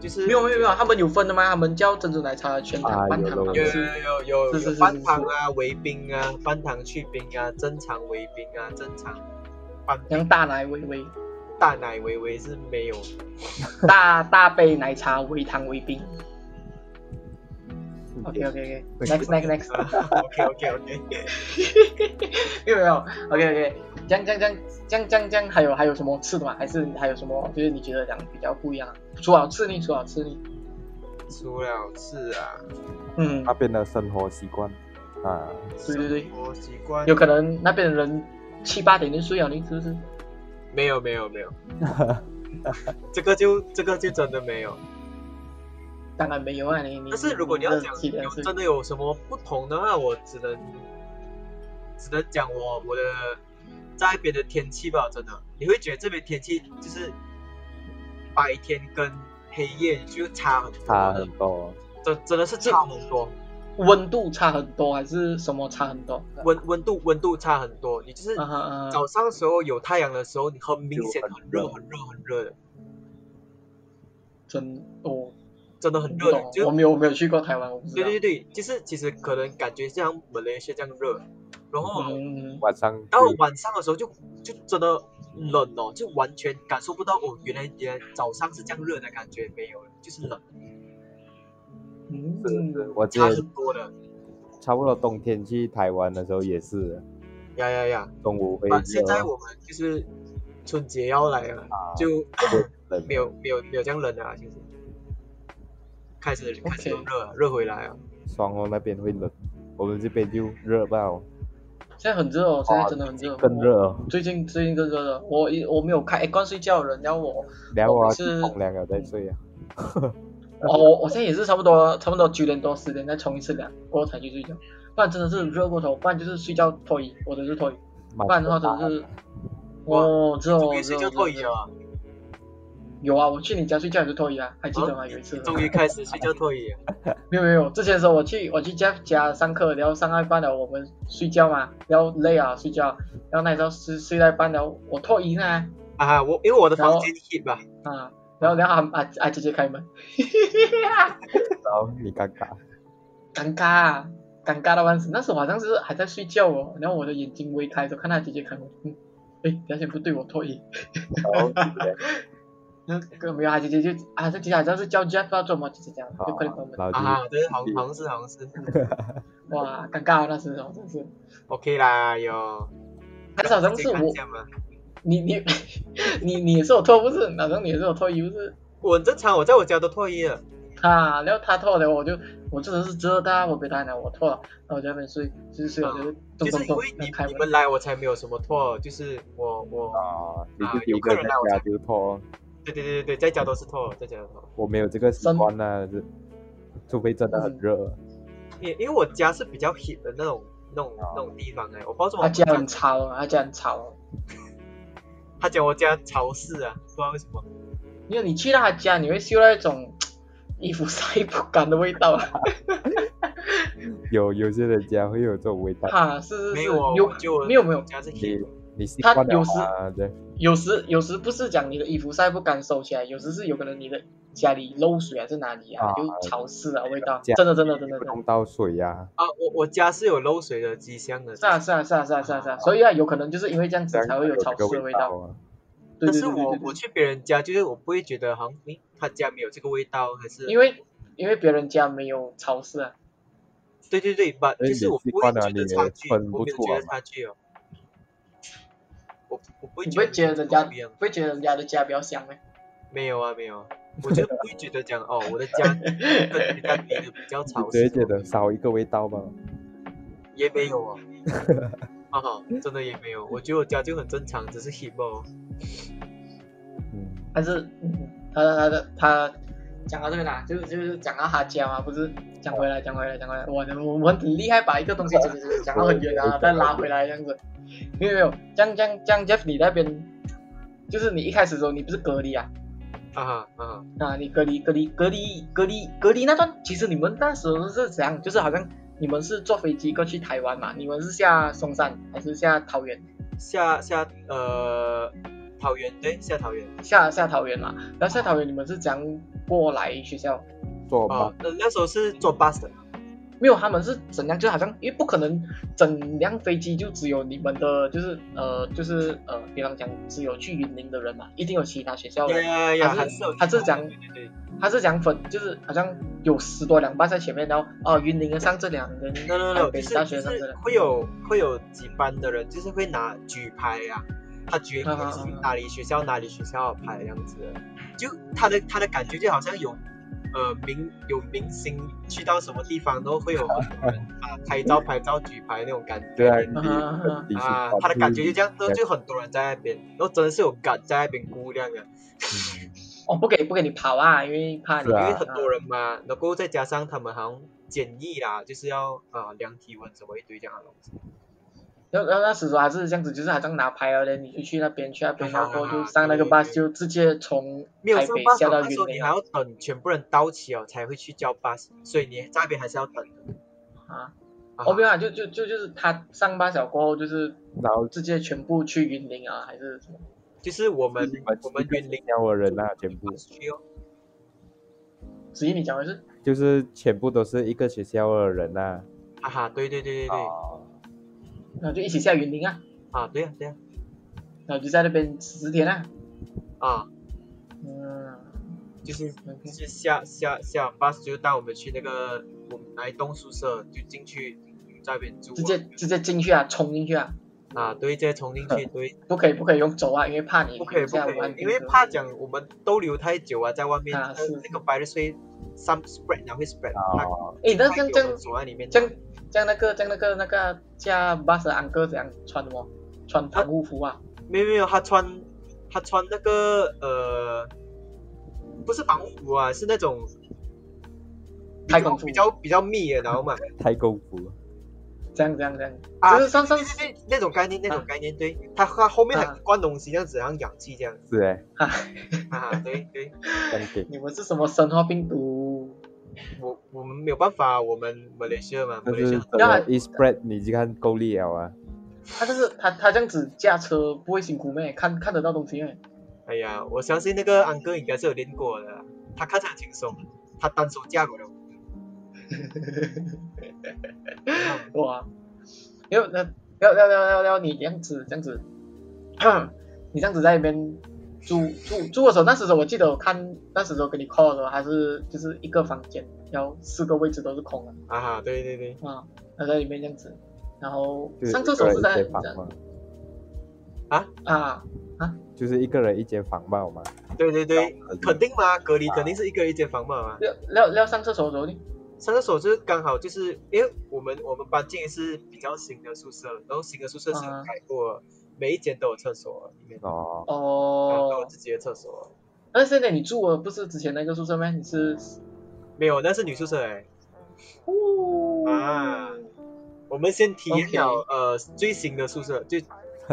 就是没有没有没有，他们有分的吗？他们叫珍珠奶茶全啊糖、半有糖的嘛，有就的是有有有是是有是半糖啊、围冰啊、半糖去冰啊、正常围冰啊、正常半像大奶微微、 <laughs> 大奶围围是没有。大大杯奶茶微糖微 <laughs> 冰。OK OK OK，next next next， <laughs> OK OK OK，没有没有，OK OK，这样这样这样这样这样这样，还有还有什么吃的吗？还是还有什么就是你觉得讲比较不一样？啊除了吃力，除了吃力，除了吃啊，嗯那，边的生活习惯啊， <laughs> 对对对，我习惯有可能那边的人七八点就睡了，你是不是？没有没有没有，这个就这个就真的没有。当然没有啊，你你。但是如果你要讲七点有睡真的有什么不同的话，我只能只能讲我我的在那边的天气吧，真的，你会觉得这边天气就是白天跟黑夜就差很多差的很，多。真真的是差很多，温度差很多还是什么差很多？温温度温度差很多，你就是啊哈啊哈早上的时候有太阳的时候，你很明显就很很热热很热很热的，真哦，真的很不热的懂，，就我没有我没有去过台湾，我不知对道。对对，就是其实可能感觉像马来西亚这样热，然后嗯，晚上到就晚上的时候就就真的冷哦，就完全感受不到哦，原来原来早上是这样热的感觉没有了，就是冷，嗯是是嗯，我记差得很多的。差不多冬天去台湾的时候也是，呀呀呀！中午会啊，现在热我们就是春节要来了，就冷没有没有没有这样冷了、啊，其实开始开始 OK 都热了热回来啊。双哦那边会冷，我们这边就热爆。现在很热哦，现在真的很热，更热哦。最近最近更热了，我一我没有开 aircon 睡觉的人，然后我然后我我每次冲凉了再睡啊。嗯哦，我我现在也是差不多差不多九点多十点再冲一次凉，过后才去睡觉，不然真的是热过头，不然就是睡觉脱衣，我的是脱衣，不不然的话真的是哇哦热终哦于睡觉热脱脱衣了啊，有啊，我去你家睡觉也是脱衣啊，还记得吗？有一次哦你终于开始睡觉脱衣了。没有没有，之前的时候我去我去 Jeff 家上课，然后上到一半了，我们睡觉嘛，然后累啊睡觉，然后那时候睡睡到一半了，我脱衣呢啊，我因为我的然后房间 heat 吧，啊，然后然后啊啊姐姐开门，然后你尴尬，尴尬啊，尴尬到半死。那时候好像是还在睡觉哦，然后我的眼睛微开的时候，看到姐姐开门，嗯，哎，表姐不对我脱衣， <laughs> 然后你嘞那个没有啊，姐姐就啊这姐姐好像是叫 Jeff 要做么，姐姐讲好就快点关门，然后啊，对，好好像是好像是 <laughs> 哇，尴尬啊那时候真的是， ，OK 啦哟。那时候好像是自己看一我下嘛你你 <laughs> 你你也是我脱不是，好像你也是我脱衣不是。我很正常，我在我家都脱衣了。啊，然后他脱了，我就我真的是知道他，我给他拿，我脱了，然后我在那边睡，睡睡，我就咚就是咚因咚为你开你门。们来，我才没有什么拓，就是我就我，啊，你啊自己一有个客人人在来我家才就拖，对对对对对，在家都是拓，在家都是拓。我没有这个习真惯啊，是除非真的很嗯热。因因为我家是比较 hit 的那种那种那种地方哎、我不知道哦他为什家么很吵，他家很吵，他讲我家潮湿啊，不知道为什么。因为你去到他家，你会嗅到一种衣服晒不干的味道。有有些人家会有这种味道，啊，是是是，没有哦，有我就 <laughs> 没有没有我家是你 hit，你习他惯了有时啊，对，有时有时不是讲你的衣服晒不干收起来，有时是有可能你的家里漏水还是哪里啊，啊就潮湿啊味道，家真的真的真的会真的。弄到水呀，啊，我我家是有漏水的迹象的。是啊是啊是啊是啊是啊是啊，所以啊，有可能就是因为这样子这样才会有有潮这个湿的味道。道啊。对但对是对对我对。我去别人家，就是我不会觉得好像诶，他家没有这个味道，还是因为因为别人家没有超市啊，对对对，把所以就是你我习不会惯了觉得你也差距，分不我没有出觉来得嘛差距哦。我我不会你不觉会得觉得人家不一样不会觉得人家的家比较香吗？没有啊没有啊，我就不会觉得讲哦，我的家跟人家比的比较 <laughs> 你潮只湿会，觉得少一个味道吗？也没 <laughs> 有啊。啊哈，真的也没有，我觉得我家就很正常，只是 hip 哦。嗯，但是、嗯、他他的他讲到这个啦，就是就是讲到他家嘛，不是讲回来讲回来讲回来，我我我很厉害，把一个东西讲讲讲到很远啊，再拉回来这样子。没有没有，这样这样这样，Jeff 你那边就是你一开始的时候你不是隔离啊？啊哈啊哈，啊，你隔离隔离隔离隔离隔离那段，其实你们那时候是怎样？就是好像你们是坐飞机过去台湾嘛？你们是下松山还是下桃园？下下呃桃园对下桃园下下桃园嘛？然后下桃园你们是怎样过来学校？做吧哦，，那那时候是坐 bus 的，没有，他们是怎样？就好像因为不可能整辆飞机就只有你们的，就是呃就是呃，比方讲只有去云林的人嘛，一定有其他学校的呀人。呀呀，哦他是还是有他是讲对对对，他是讲分，就是好像有十多两班在前面，然后哦、云林的上这两个人， no no 台 no，就北是啊大学就上这是两会有会有几班的人，就是会拿举牌呀、他举啊可能是哪里学校哪里学校的牌这样子的，就他的他的感觉就好像有呃明有明星去到什么地方，然后会有人啊拍照拍照举牌那种感觉。对啊，啊你啊啊啊你喜啊欢，他的感觉就这样，然后对就很多人在那边，然后真的是有赶在那边估量的，嗯哦，不给不给你跑啊，因为怕你是因啊为很多人嘛，然后再加上他们好像检疫啦，就是要啊、量体温什么一堆这样的东西。然后然后那时候还是这样子，就是好像拿牌了的，你就去那边去那边，对啊然后就上那个对 bus 就直接从没有台上北 bus，下到那时云候你林啊还要等全部人到齐哦才会去叫 bus，所以你在那边还是要等的。啊。啊哦，没有啊，就就就就是他上 bus 了过后，就是然后直接全部去云林啊，还是什么？就是我们你我们一园个林鸟的人啊，全部 bus 区哦，子怡，你讲的是就是全部都是一个学校的人啊。啊哈，对对对对对，那就一起下云林啊，啊对呀对呀，然后就在那边十天啊。啊嗯就是，OK，就是下下下 bus 就带我们去那个我们那一栋宿舍，就进去在那边住哦，直接直接进去啊，冲进去啊，啊对，直接冲进 <laughs> 去对，不可以不可以用走啊，因为怕你不可以不这样可玩以，因为怕讲我们逗留太久啊，在外面啊那是那个白日睡 some spread 然后会 spread，它啊，诶，哎那这它样给这我样们锁在里面的，这样这样那个这样那个那个驾 bus 的安哥怎样穿什么？穿防护服啊？没有没有，他穿他穿那个呃，不是防护服啊，是那种开孔服比较比较密的，然后嘛，太功夫了。这样这样这样，啊就是上上对对对，那种概念那种概念，对，他他后面还灌东西，这样子，像氧气这样，是哎，啊，啊，对对，这样给。你们是什么生化病毒？我我们没有办法，我们马来西亚嘛，马但来是西真亚那的，一 spread 你就看够力了啊！他就是他他这样子驾车不会辛苦咩？看看得到东西 <laughs> 咩？哎呀，我相信那个安哥应该是有练过的啦，他看起来很轻松，他单手架过了。哇，要要要要要要你这样子这样子， <coughs> 你这样子在那边住住住的时候，那时候我记得我看那时候跟你 call 的时候，还是就是一个房间，然后四个位置都是空的啊哈，对对对，啊，他在里面这样子，然后就是上一厕个所人是一在间房嘛，啊，就是一个人一间房吧，我们。对对对，肯定。定嘛，隔离肯定是一个一间房嘛嘛。要要要上厕所的时候呢，上厕所就是刚好就是，因为我们我们搬进是比较新的宿舍，然后新的宿舍是有啊改过，每一间都有厕所里面，哦，然后都有哦，自己的厕所。那现在你住的不是之前那个宿舍吗？你是没有，那是女宿舍哎。哦啊我们先体验了呃最新的宿舍， <laughs> 最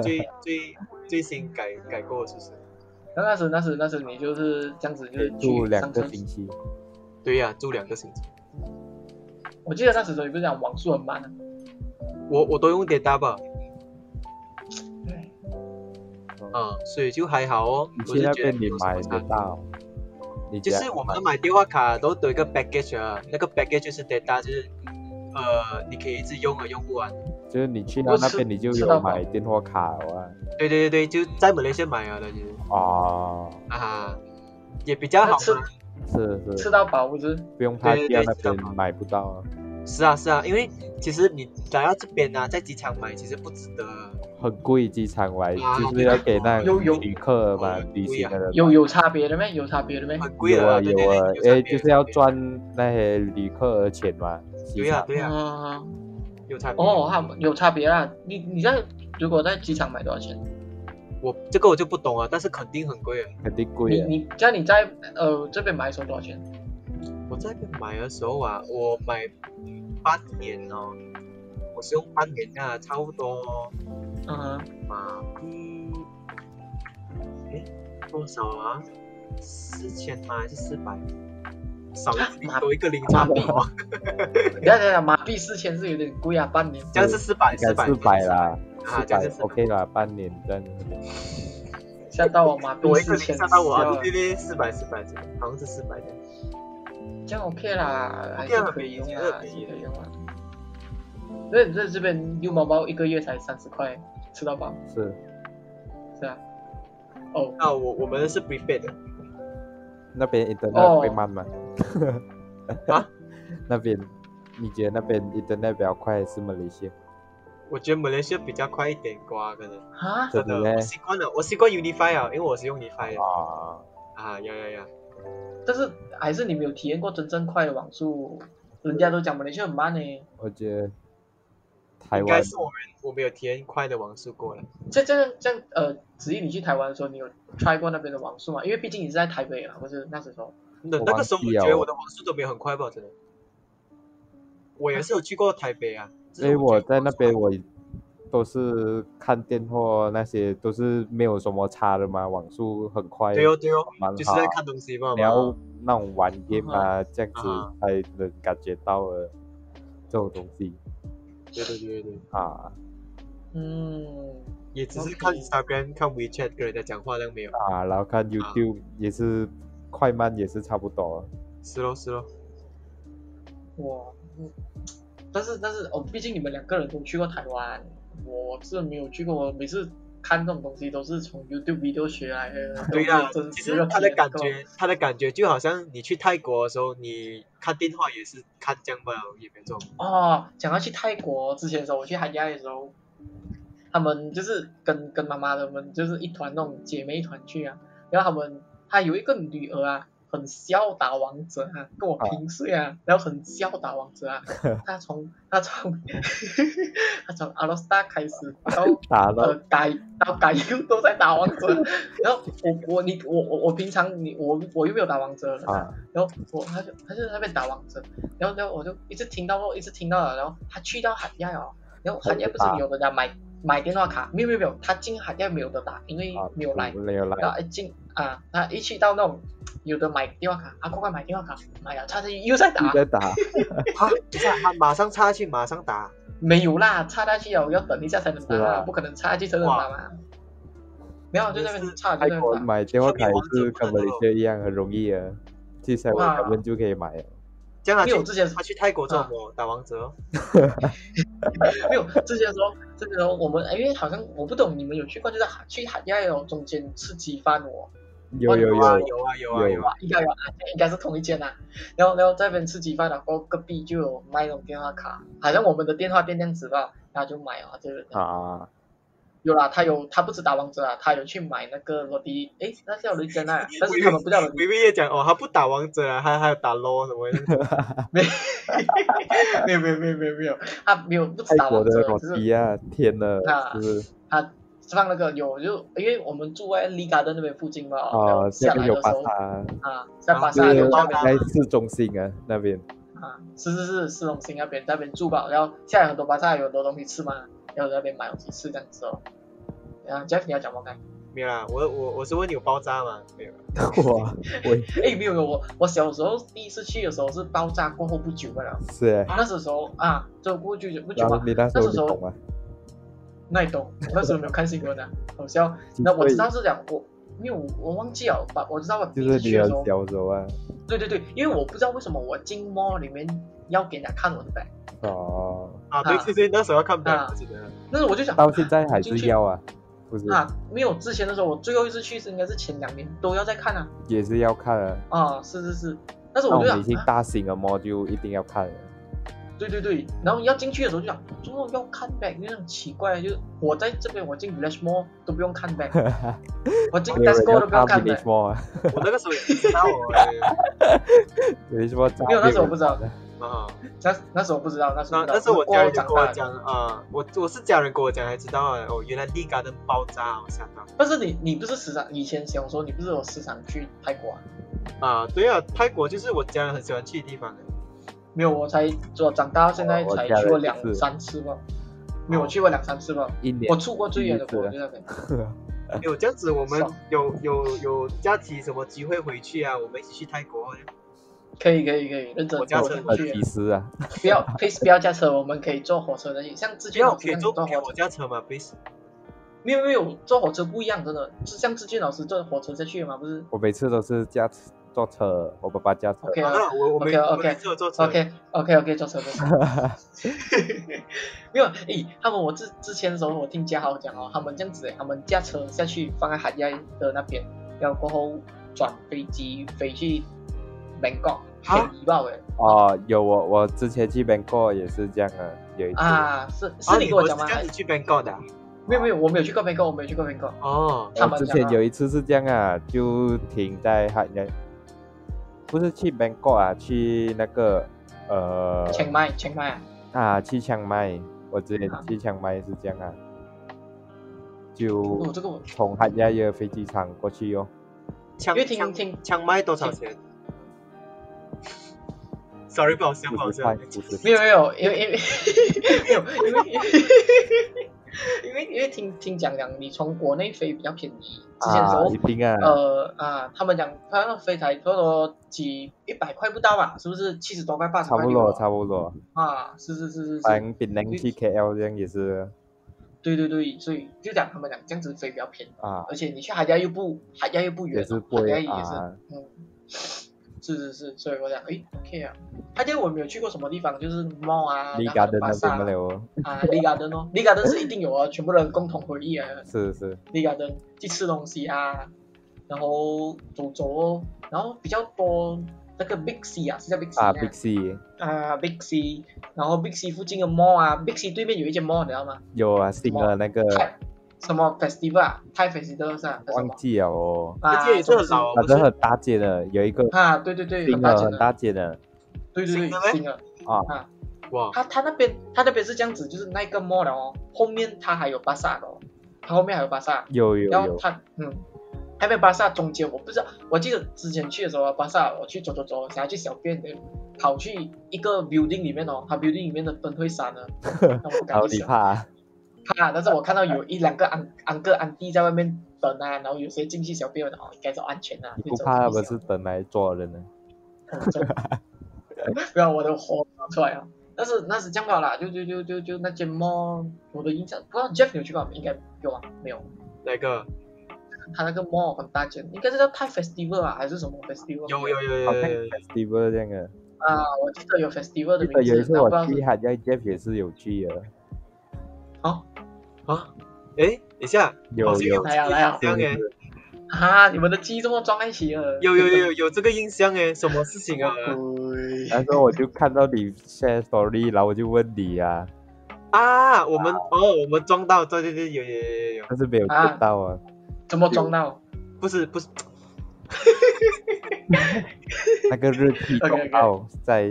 最最最新改改过的宿舍。那那时那时那时你就是这样子，就可以是住去两上厕个所。星期。对呀、住两个星期，我记得那时候你不是讲网速很慢啊？我我都用 data 吧，对，啊、所以就还好哦。你我去是那觉得边你有什么买差得到？你就是我们买电话卡都有一个 package 啊，那个 package 就是 data，就是呃，你可以一直用啊，用不完。就是你去到我那吃边你就吃到有饱买电话卡了对对对对，就在马来西亚买啊的，就是啊，哦，啊哈，也比较好那吃嘛。是吃是，到饱不是？不用怕对掉对那吃到边饱买不到啊，是啊是啊，因为其实你来到这边啊，在机场买其实不值得。很贵，机场玩啊就是要给那有有旅客嘛有，旅行的人有有差别的咩？有差别的咩？很贵有的啊对有对啊，对，哎，有差别就是要。赚那些旅客的钱嘛，对机呀场对呀，啊，有差别。哦，哈，有差别啊！你你在如果在机场买多少钱？我这个我就不懂啊，但是肯定很贵啊。肯定贵你的，你像你在呃这边买的时候多少钱？我在那边买的时候啊，我买半年哦，我是用半年啊，差不多嗯哼，马币，诶，多少啊？四千吗？还是四百？少一个零马多一个零差不多， <laughs> 你看讲马币四千是有点贵啊，半年。这样是四百，应四该百，四百，啦，啊四这样是百400 OK 啦，半年这样子。吓到我马币多一个四千，零吓到我笑啊！了对对对，四百，四百，好像是四百的。这样 OK 啦，还 OK 是啊可以用这个啊，可还以是可以用啊。因为你在这边用猫猫一个月才三十块，吃到饱是，是啊。哦，那我我们是 prepaid 的，那边 internet 哦会慢吗？啊？ <laughs> 那边你觉得那边 internet 比较快还是马来西亚？我觉得马来西亚比较快一点瓜，可能啊，真真的的，咩我习惯了，我习惯 Unify 啊，因为我是用 Unify 的啊，啊，呀呀呀，但是还是你没有体验过真正快的网速，人家都讲马来西亚很慢呢、我觉得台应该湾是我们我没有体验快的网速过了。这这样这样呃，子怡你去台湾的时候，你有 try 过那边的网速吗？因为毕竟你是在台北嘛，啊不是那时候。那我那个时候忘我记了觉得我的网速都没有很快吧，真的。我也是有去过台北啊，只因为是觉我得在那边网速我都是看电话那些都是没有什么差的嘛，网速很快，还对哦对哦，蛮就是好在啊。看东西嘛。你要那种玩 game 啊，这样子啊才能感觉到呃这种东西对对对对，啊嗯，也只是看 OK Instagram、看 WeChat 跟人家讲话量没有。啊，然后看 YouTube 也是快慢也是差不多。是咯是咯，我，嗯但是但是哦，毕竟你们两个人都去过台湾，我是没有去过，我每次看这种东西都是从 YouTube video 学来的。对呀啦，，其实他的感觉，他的感觉就好像你去泰国的时候，你看电话也是看这样吧，也 <laughs> 没错。哦，讲到去泰国之前的时候，我去韩亚的时候，他们就是跟跟妈妈的们就是一团那种姐妹团去啊，然后他们还有一个女儿啊，很笑打王者啊，跟我平睡啊，然后很笑打王者啊，他从他从他从阿罗斯塔开始，然后打呃了，打到打又都在打王者，然后我我你我我我平常你我我又没有打王者，啊然后我他就他就在那边打王者，然后然后我就一直听到哦，一直听到了，然后他去到海亚哦，然后海亚不是有人家买买电话卡，没有没有没有，他进海亚没有得打，因为啊没有来，没有然来后一进啊，他一去到那种有的买电话卡，啊，快快买电话卡，买了，他就又在打又，<laughs> 在打，他不是啊他马上插去，马上打，没有啦，插下去哦，要等一下才能打是啦，啊不可能插下去才能打嘛，没有就在那边插就泰在那国边打，买电话卡也是说跟马明王者不能来够西亚一样很容易啊，去香港他们就可以买了。这样他因为我去之前他去泰国啊做什么？打王者哦， <laughs> 没有，之前说，之前说我们，哎因为好像我不懂你们有去过，就是海去海亚有中间吃鸡饭哦，有有啊有，有啊有啊有有啊，应该有啊，应该是同一间啦、然后然后在那边吃鸡饭，然后隔壁就有卖那种电话卡，好像我们的电话店这样子吧，然后就买啊，就是啊，有啦，他有他不止打王者啊，他有去买那个罗迪，哎，那叫罗迪加奈，但是他们不叫罗迪，微微也讲哦，他不打王者啊，他还有打 LO 什么的， <laughs> 没有没有没有没有没有，他没有不止泰打国王的者，手只是机啊，天呐，啊就是他放那个有就因为我们住在利嘎的那边附近嘛，然啊，后下下面来有的时巴候萨，啊，在巴就萨是有那边。在市中心啊 <laughs> 那边，啊，是是是，市中心那边在那边住吧，然后下来很多巴萨有很多东西吃嘛，然后在那边买东西吃这样子哦。然后 Jeff 你要讲吗？刚才没有啦，我我我是问你有爆炸吗？没有啊，哇，我哎没有没有，我我小时候第一次去的时候是爆炸过后不久罢了，是欸，那时候啊，就过去就不久然后嘛，你那时候那你时候懂啊，那你懂？我那时候没有看新闻啊，好 <laughs> 笑。那我知道是讲我。没有，我忘记了，把我知道我第就一次是去你的很时候，小时候啊，对对对，因为我不知道为什么我进 mall 里面要给人家看我的 bag，哦，啊对啊对对，那时候看不啊了，我记得但是我就想，到现在啊还进去是要啊，不是啊，没有之前的时候，我最后一次去是应该是前两年都要再看啊。也是要看啊，啊，是是是，但是那我我就想们已经，啊大型的 mall 就一定要看了，对对对，然后要进去的时候就想，怎么要看 back？就很奇怪，就是我在这边我进 Village Mall 都不用看 <laughs> back，我进没有人 Tesco 要都不用看看 Village back。 Mall <laughs> 啊我那个时候也不知道我 <laughs> 哎， ，Village Mall 炸没有，那时候我裂不知道，啊，那那时候我不知道，那时候那不知道那是我过家后人长跟大我了。讲啊，我我是家人跟我讲才知道啊，哦，原来利嘎的爆炸，我吓到。但是你你不是时常以前小时候你不是有时常去泰国啊？啊，对啊，泰国就是我家人很喜欢去的地方的。没有，我才我长大到现在我我才家人去过也两是哦三次吧。没有，我去过两三次吧。一年我出过最远的国第就那边。有这样子，我们爽有有有假期什么机会回去啊？我们一起去泰国。可以可以可以，认真我家我车们呃去几十啊，不要 please 不要驾车，我们可以坐火车的。像之不前要老师可以让你坐坐火给我车，驾车嘛，please。没有没有坐火车不一样，真的。就像之前老师坐火车下去的嘛，不是我每次都是驾坐车，我爸爸驾车， ？OK 好啊的，我我们 OK，OK 我们坐坐车。 OK OK OK 坐车坐车。 <laughs> 没有，诶，他们我之之前的时候，我听嘉豪讲哦，他们这样子，他们驾车下去放在海亚的那边，然后过后转飞机飞去 Bangkok，便啊宜爆诶。 <laughs> 哦，有我我之前去 Bangkok 也是这样的，有一次啊，是啊是你跟我们讲吗是这？样子去 Bangkok 的啊。没有没有，我没有去过 Bangkok，我没有去过 Bangkok。哦，他我们之讲前啊有一次是这样啊，就停在海南，不是去 Bangkok 啊，去那个呃清迈清迈啊，啊，去清迈。我之前啊去清迈是这样啊，就哦，这个我从海亚的飞机场过去哦，枪因为听枪听枪卖多少钱？Sorry，不好笑，不好五十笑块，。五十没有没有，因为 <laughs> 因为没有因为因为因为听听讲讲，你从国内飞比较便宜。之前的时啊，候一，定啊，呃啊，他们讲他那飞才差不多几一百块不到吧，是不是七十多块八十差块？不多差不多，啊，是是是是是，从槟城去 KL 这样也是对对对，所以就讲他们讲这样子飞比较便宜，啊，而且你去海家又不海家又不远也啊，是海家贵也是啊，嗯，是是是，所以我讲，诶，OK 啊，他家我没有去过什么地方，就是 mall 啊，你然后家的巴那萨边啊没有哦，啊，利嘎登哦，利嘎登是一定有啊，全部人共同回忆啊，是是利嘎登去吃东西啊，然后走走哦，然后比较多那个 Big C 啊，是叫 Big C 啊，Big C 啊 Big C，然后 Big C 附近的 mall 啊，Big C 对面有一间 mall 你知道吗？有啊，新的那个泰啊什么 festival 啊，泰 festival 是啊，还是什忘么记了哦。啊，哎这也是很什么老，反不正很是？大街的，有一个啊，对对对，新很大的间很的，大街的对对新的咩对，新的。啊，啊，哇，他他那边他那边是这样子，就是那个 mall 了哦，后面他还有巴萨的哦，他后面还有巴萨，有有然后有，他嗯，还没有巴萨中间我不知道，我记得之前去的时候啊巴萨我去走走走，想要去小便的，跑去一个 building 里面哦，他 building 里面的灯会闪 <laughs> 了，那我不敢好去你小怕啊怕，但是我看到有一两个安安哥安弟在外面等啊，然后有些进去小便了哦，应该是安全啊，你就不走嗯进怕他去们小是等来抓人的？ <laughs> 不要我的火拿出来啊！但是那是这样罢啦，就就就就就那间 mall，我的印象不知道 Jeff 有去过吗？应该有啊，没有。那个他那个 mall 很大间，应该是叫泰 festival 啊，还是什么 festival？有有有有好像有有， festival 这样的。啊，我记得有 festival 的记得有一名字，次但我不我知去道哦海洋 Jeff 也是有去的，啊，诶，等一下，有好像有来啊来啊这样诶，是啊，你们的记忆这么装在一起了。有有有有有这个印象诶，什么事情啊？鬼那时候我就看到你 share story，然后我就问你啊，啊，我们哦，我们撞到，对对对，有有有有有，但是没有见到啊。怎么装到？不是不是，那个日期 OK，OK <laughs> 公告在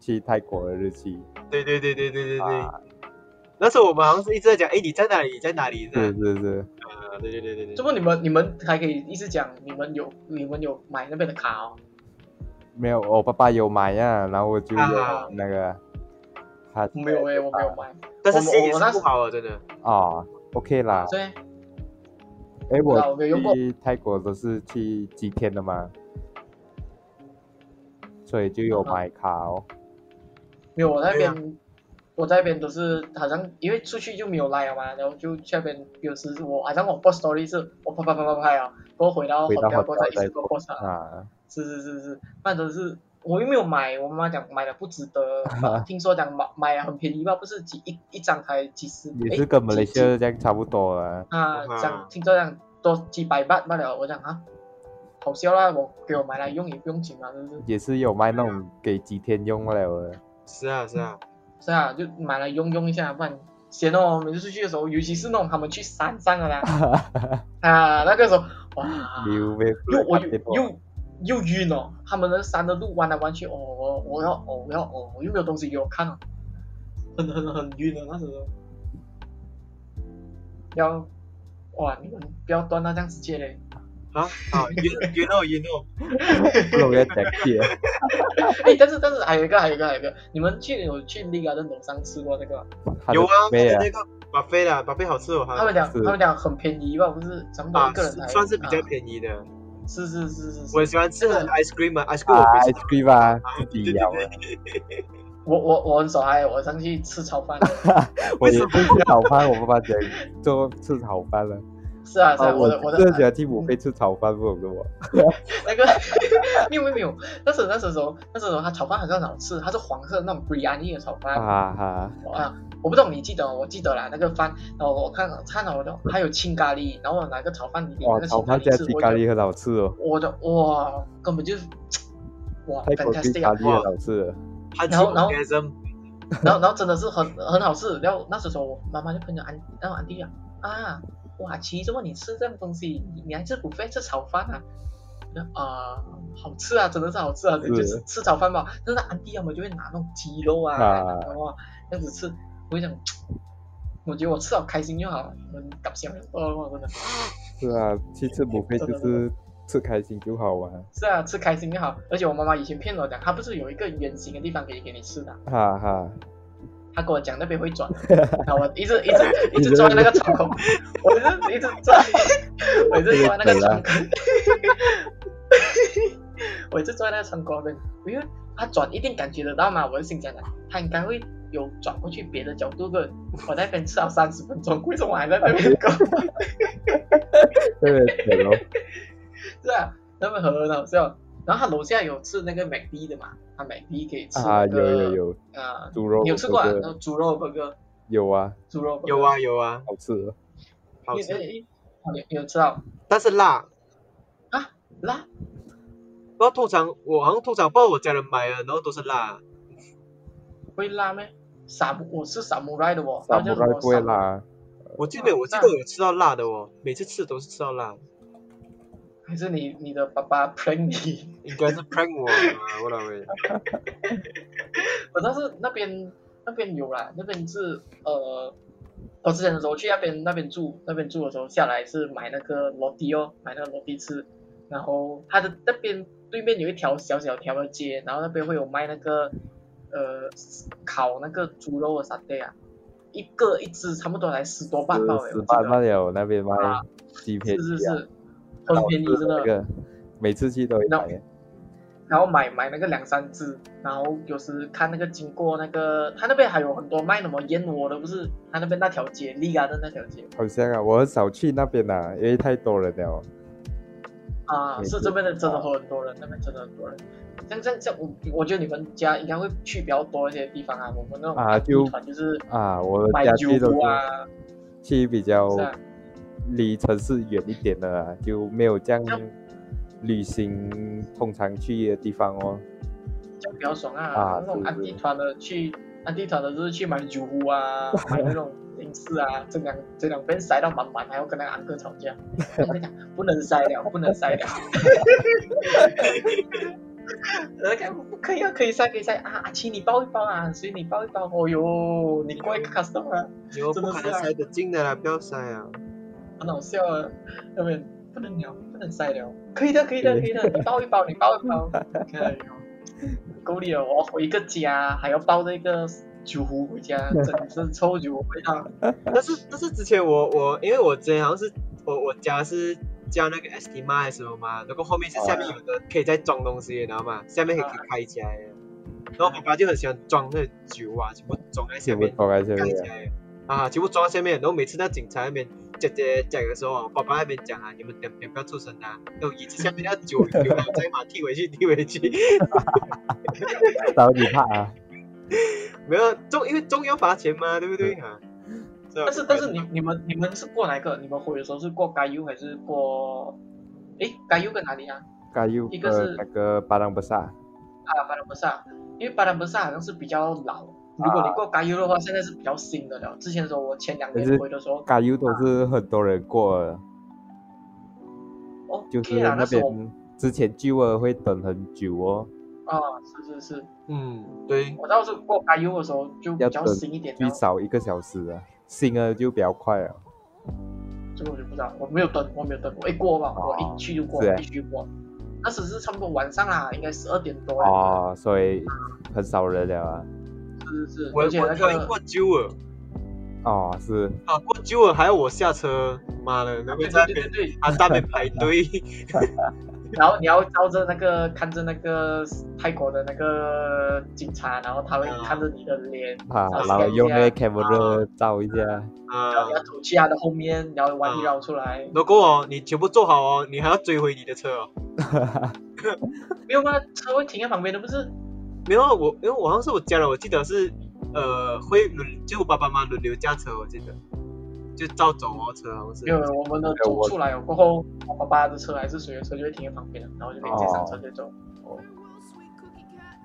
去泰国的日期，对对对对对对对啊，那时候我们好像是一直在讲，诶，你在哪里？你在哪里？这嗯是样是是，啊，对对对对对这，不你们你们还可以一直讲你们有你们有买那边的卡哦。没有，哦我爸爸有买呀，然后我就啊有那个，他没有诶，我没有买。但是我们心里我是那不时好啊，真的。啊，OK 啦，对，哎，我啊我没有用过去泰国都是去几天的嘛，所以就有啊买卡哦，没有，我在那边，我在那边都是好像因为出去就没有来了嘛，然后就去那边有时我好像我 post story 是我啪啪啪啪拍啊，过后回到回到 hotel 过后再 hotel 一次再过 post 啊，啊，是是是是，那都是我又没有买，我妈妈讲买了不值 <laughs> 得，呃听说讲买买了很便宜吧，不是几一一张才几十，也诶是跟马几来几西亚这样差不多啊，啊嗯，讲听说讲多几百八罢了，我讲啊，好笑啦，我给我买来用也不用紧嘛，是不是？也是有卖那种给几天用不了的，是啊是啊，是啊，就买来用用一下，不然闲哦。每次出去的时候，尤其是那种他们去山上 <laughs> 的啦，啊，那个时候哇，你有没有又我看见又又又晕哦，他们的山的路弯来弯去，哦，我我要哦我要哦，我又没有东西给我看哦，很很很晕的那时候，要哇，你们不要端到这样直接嘞，啊啊，you you know you know，不懂要讲解，哎，但是但是还有一个还有一个还有一个，你们去有去那个那种上吃过那个吗？他的有啊，妹啊那个巴菲啦，巴菲好吃哦，他哈们讲是他们讲很便宜吧，不是咱们啊一个人才、算是比较啊便宜的。是是是是我是，很喜欢吃那个那个 ice cream 啊，ice cream 啊我每次，ice cream 啊，自对己对咬啊对，我我我很少爱，我上去吃炒饭。我也是吃炒饭，我爸爸讲做吃炒饭了。是啊是啊，我的我我的最喜欢去母飞吃炒饭，不懂的我。那个 <laughs> 没有没有没有，那时候那时候那时候他炒饭好像很好吃，它是黄色的那种 biryani 的炒饭啊哈哈，我不懂你记得哦，我记得啦，那个饭，然后我看看到我的还有青咖喱，然后我拿个炒饭里面那哇，个炒青咖饭加喱吃，鸡我咖就喱很好吃哦，我的哇，根本就是哇泰国鸡 fantastic 咖啊！喱很好吃的。它然后然后 orgasm， <laughs> 然后然后真的是很很好吃。然后那时候我妈妈就朋友安，然后安迪讲啊，哇，奇，怎么你吃这样东西，你你还吃不费吃炒饭啊？我说啊、好吃啊，真的是好吃啊，是就是吃炒饭嘛。但是安迪他啊们就会拿那种鸡肉啊，啊然后啊这样子吃，我就想，我觉得我吃好开心就好了，很搞笑，多了嘛，真的。是啊，去吃母飞就是吃开心就好嘛。是啊，吃开心就好。而且我妈妈以前骗我讲，她不是有一个圆形的地方可以给你吃的啊，哈哈，他跟我讲那边会 <laughs> 转，然后我一直一直一直坐在那个窗口，我就是一直坐， <laughs> 我一直坐在那个窗口， <laughs> 我一直坐在那个窗口那边，因为他转一定感觉得到嘛，我就心想啊，他应该会有转过去别的角度的。我在那边吃了三十分钟，为什么我还在那边 <laughs> 搞？特别甜哦。是啊，那边很好笑。然后他楼下有吃那个美的的嘛，他美的可以吃那啊，有有个有，啊，猪肉你有吃过啊？那 burger 种猪肉 burger，有啊，猪肉 burger 有啊有啊，好吃哦。好你吃，你你你有吃到但是辣。辣？然后通常我好像通常不知道我家人买的，然后都是辣。会辣咩？萨姆我是萨姆 i 的哦，哦萨然后就姆什拉么不会萨姆辣，我记得我记得我有吃到辣的哦，每次吃都是吃到辣，还是你你的爸爸 prank 你？应该是 prank 我啊吧，我 <laughs> 认为。我但是那边那边有啦，那边是呃，我之前的时候去那边那边住，那边住的时候下来是买那个罗蒂哦，买那个罗蒂吃，然后它的那边对面有一条小小条的街，然后那边会有卖那个呃烤那个猪肉的沙爹啊，一个一只差不多才十多半吧，十八半万有那边卖啊鸡片是鸡是啊，是，很便宜真那的，个每次去都会那买。然后买买那个两三只，然后有时看那个经过那个，他那边还有很多卖什么燕窝的，不是？他那边那条街，利亚的那条街好像啊，我很少去那边啊啦、因为太多人哦了。啊，没是错这边的真的很多人，那边真的很多人。像像像我，我觉得你们家应该会去比较多一些地方啊。我们那种啊就地团就是啊，我买家酒去都是屋啊，去比较是啊，离城市远一点的啦，就没有这样像旅行通常去的地方哦。这样比较爽啊。啊那种是安地团的去安地团的就是去买酒壶 <laughs> 啊，买那种零食啊，这两这两边塞到满满，还要跟那个安哥吵架。我跟你讲，不能塞 <laughs> 了，不能塞了。那个不可以啊，可以塞，可以塞啊！阿七，你包一包啊，所以你包一包。哦哟，你过一个 custom 啊，有真不的可是能啊塞得进的啦，不要塞啊！很好笑啊，对不对？不能聊，不能塞聊。可以的，可以的，可以的，你包一包，你包一 <laughs> 包。哎呦，够力哦了！我回个家还要抱着一个酒壶回家，真的 <laughs> 是臭酒回家。但是但是之前我我因为我之前好像是我我家是加那个 S T 麦什么嘛，然后后面是下面有的可以再装东西的，你知道吗？下面可以可以开起来的。然后我爸爸就很喜欢装那个酒啊，全部装在下全部面放在这盖起边来啊，全部装在下面。然后每次那警察那边姐姐讲的时候啊，我爸爸那边讲啊，你们点点不要出声啊，然后一直下面那酒流到再嘛踢回去踢回去。啊，然后你怕啊？没有中，因为中央罚钱嘛，对不对啊？但但是但是你你们你们是过哪一个？你们回的时候是过该 U 还是过？诶，该 U 跟哪里啊？该有一个是呃那个巴朗布萨，啊，巴兰博萨，因为巴兰博萨好像是比较老。如果你过该 U 的话，现在是比较新的了。之前的时候，我前两可年是回的时候，该有都是很多人过的，哦，就是啦，那时候边之前旧的会等很久哦，啊，是是是，嗯，对，我当时过 IU 的时候就比较新一点，最然后少一个小时啊，新的就比较快啊了。这个我就不知道，我没有等，我没有等，我一过吧，哦我一去就过，是欸一去就过。那时是差不多晚上啦，应该十二点多。，哦，所以很少人了啊。是是是，我而且我那特意个过揪了哦，是啊，过揪了还要我下车，妈的，那对边在对那对对边对， <laughs> 啊，在那边排队，然后你要照着那个看着那个泰国的那个警察，然后他会嗯看着你的脸，啊啊，然后用那个这啊 camera 照一下。然后啊你，要走去他的后面，然后把你嗯绕出来。如果哦，你全部做好哦，你还要追回你的车哦。没有吗？车会停在旁边的不是？没有啊，我因为我好像是我家人，我记得是呃会轮，就我爸爸妈妈轮流驾车，我记得就照走哦车，好像是没有，我们的没有我走出来哦过后，我爸爸的车还是谁的车就会停在旁边的，然后就可以直接上车就走。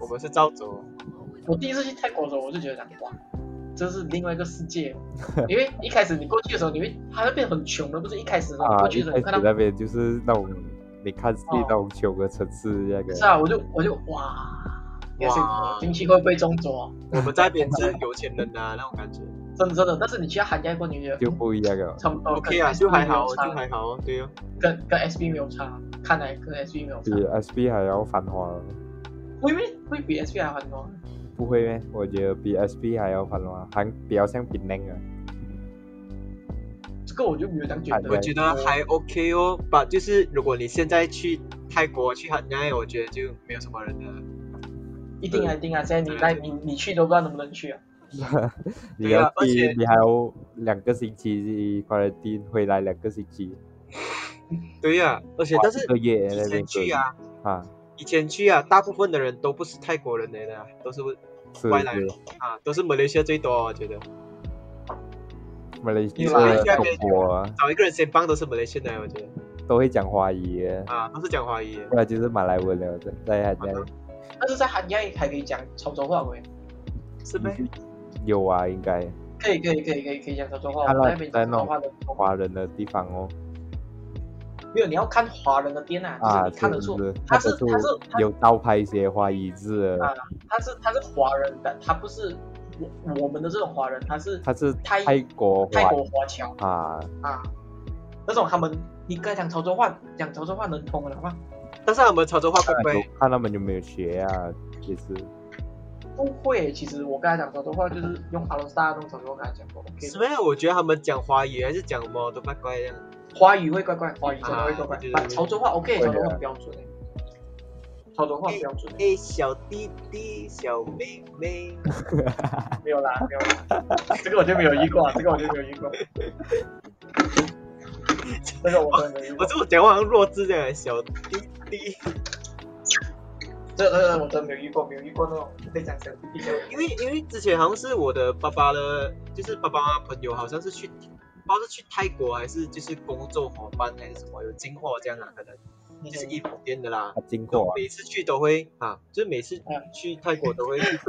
我们是照走，我第一次去泰国的时候，我就觉得讲哇，这是另外一个世 <laughs> 界。因为一开始你过去的时候，你会它那边很穷的，不是一开始的时候你 <laughs> 啊，过一去的时候，开始你看到那边就是那种你看是哦那种九个城市那个是啊，我就我就哇，也是经济会不会中左？我们在那边是有钱人啊那种感觉。真的真的，但是你去韩国过，你就觉得就嗯不一样了。差不多 OK 啊，跟就 SB 还没有好哦，差就还好哦，对哦。跟跟 SB 没有差，看来跟 SB 没有比差， SB 还要繁华哦，会不会会比 SB 还很多？不会咩？我觉得比 SB 还要繁华，还比较像槟榔啊。这个我就没有这样觉啊得嗯对我。觉得还 OK 哦，把就是如果你现在去泰国去海南，我觉得就没有什么人了。一定啊，一定啊！现在你那你你去都不知道能不能去啊。 <laughs> 你对啊要而且去，你还有两个星期 quarantine 回来两个星期，对呀、而且哇但一是个月以那边前去隔啊，离啊，以前去啊，大部分的人都不是泰国人来的啊，都是是外来是，啊，都是马来西亚最多哦，我觉得马来西因为马来亚、西亚中边国啊找一个人先帮都是马来西亚人，我觉得都会讲华语的，啊，都是讲华语的。不然就是马来文了，在在海南但是在韩亚还可以讲潮州话喂，是呗，有啊，应该可以可以可以可以可以讲潮州话，看我到们那边讲潮在州那种话的华人的地方哦，没有，你要看华人的店啊，就是啊，你看得是出不是，他看是得出他是他有招牌些华语字的，啊他是他是华人的，他不是我我们的这种华人，他是他是泰泰国泰华国华侨啊，啊，那种他们你跟他讲潮州话，讲潮州话能懂了吗？但是他们潮州话会不看有会？看他们有没有学啊，也是不会，其实我跟他讲潮州话就是用阿罗萨那种潮州话跟他讲过，OK，是没有，我觉得他们讲华语还是讲什么都怪怪的。华语会怪怪，华语真的会怪怪，啊对对但对潮州话 OK，会潮的州话很标准欸，潮州话很标 <laughs> 准欸，哎，小弟弟，小妹妹，没有啦没有啦， <laughs> 这个我就没有遇过啊，这个我就没有遇过，这个我真的没有遇我过，这种讲话好像弱智这样，小弟弟。这这这我真的没有遇过，没有遇过那种被讲成比较因为因为之前好像是我的爸爸的，就是爸爸妈妈朋友，好像是去，不知道是去泰国还是就是工作伙伴还是什么，有进货这样啊，可能就是衣服店的啦他。经然过后啊，每次去都会啊，就是每次嗯去泰国都会去找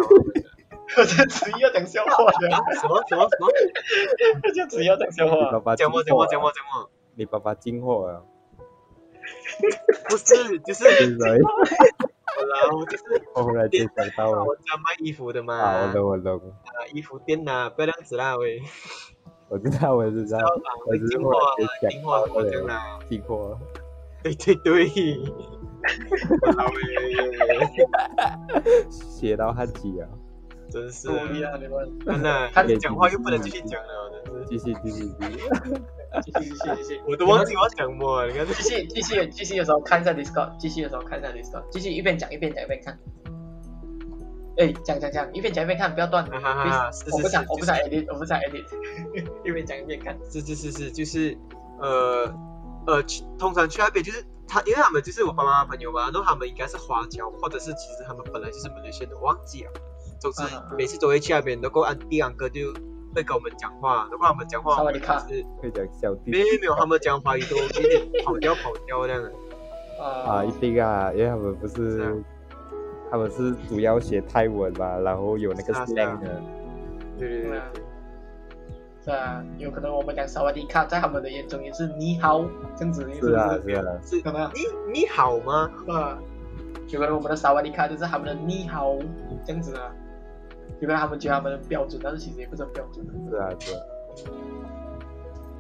我就执意要讲笑话了，什么什么什么，我就执意要讲笑你爸话。爸讲我讲我进货啊讲我讲我，你爸爸进货啊，不是就是对不对？我啦，我就是我忽然间想到了我家卖衣服的嘛，啊，我啊懂我懂，衣服店呐，不要这样子啦喂，我知道我知道，我会只是进忽货啊然间进想货到什么这样了啦，进货，对对对，我老喂。学到汉语啊，真是努力啊，你们！真的，他讲话又不能继续讲了，真继续是，继续继续，继续继续继续，我都忘记我要讲什么了。你看这，继续继续继续的时候看一下 Discord，继续的时候看一下 Discord，继续一边讲一边讲一边看。哎，讲讲讲，一边讲一边看，不要断。哈哈哈，是我不是想，我不想是 edit，我不想 edit，一边讲一边看。是是是是，就是呃呃，去通常去那边就是他，因为他们就是我爸妈朋友嘛，然后他们应该是华侨，或者是其实他们本来就是马来西亚的，忘记了。总之嗯嗯每次都会去那边，然后安弟安哥就会跟我们讲话，然后他们讲话，萨我瓦们迪就卡是会讲小弟没有没有，他们讲华语都有点跑调跑调这样的。啊，啊一定啊，因为他们不是是啊，他们是主要学泰文嘛，然后有那个是啊是啊 slang à? 的，对对对对啊是啊，有可能我们讲萨瓦迪卡，在他们的眼中也是你好这样子的意思，是啊不是啊，对，可能啊是你你好吗？啊，有可能我们的萨瓦迪卡就是他们的你好这样子啊，有可能他们觉得他们的标准，但是其实也不是很标准的是啊是啊，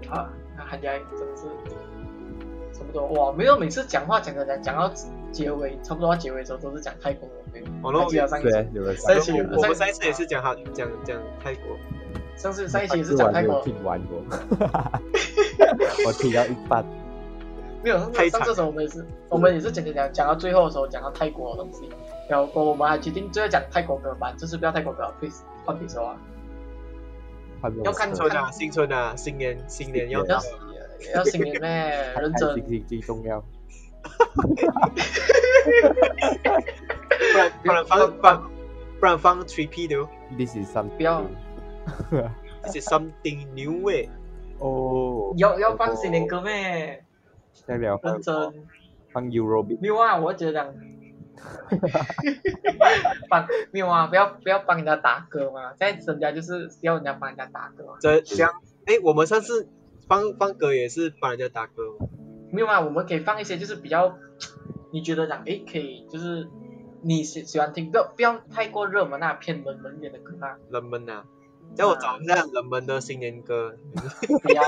啊。那韩家真的是差不多哇，没有每次讲话讲着讲讲到结尾，差不多要结尾的时候都是讲泰国文，没有。哦，那还记得上一对次啊，有人上一上期我我们上一次也是讲好讲讲泰国，上次上一期也是次讲我泰没有国，听完过，我听到一半， <laughs> 没有，上次太上惨次的时候我们也是，我们也是讲讲讲讲到最后的时候讲到泰国的东西，然后过后我们还决定最后讲泰国歌吧，这次不要泰国歌，please 换别说啊，要看新错春啊，新春啊，新年新年嗯要要到了，要新年咩，认真 <laughs> 心。情最重要，不然不然放放不然放 three P 的哦 this is something 不要，this is something new way。哦，要要放新年 oh. 歌咩？这样了，认真放 Eurobeat 没有啊，我觉得讲，帮没有啊，不要不要帮人家打歌嘛，现在人家就是要人家帮人家打歌嘛，这这样，哎，我们上次放放歌也是帮人家打歌嘛，没有啊，我们可以放一些就是比较，你觉得讲诶可以就是你喜喜欢听，不要不要太过热门啊，偏冷门一点的歌啊，冷门啊。让我找一下冷门的新年歌，不要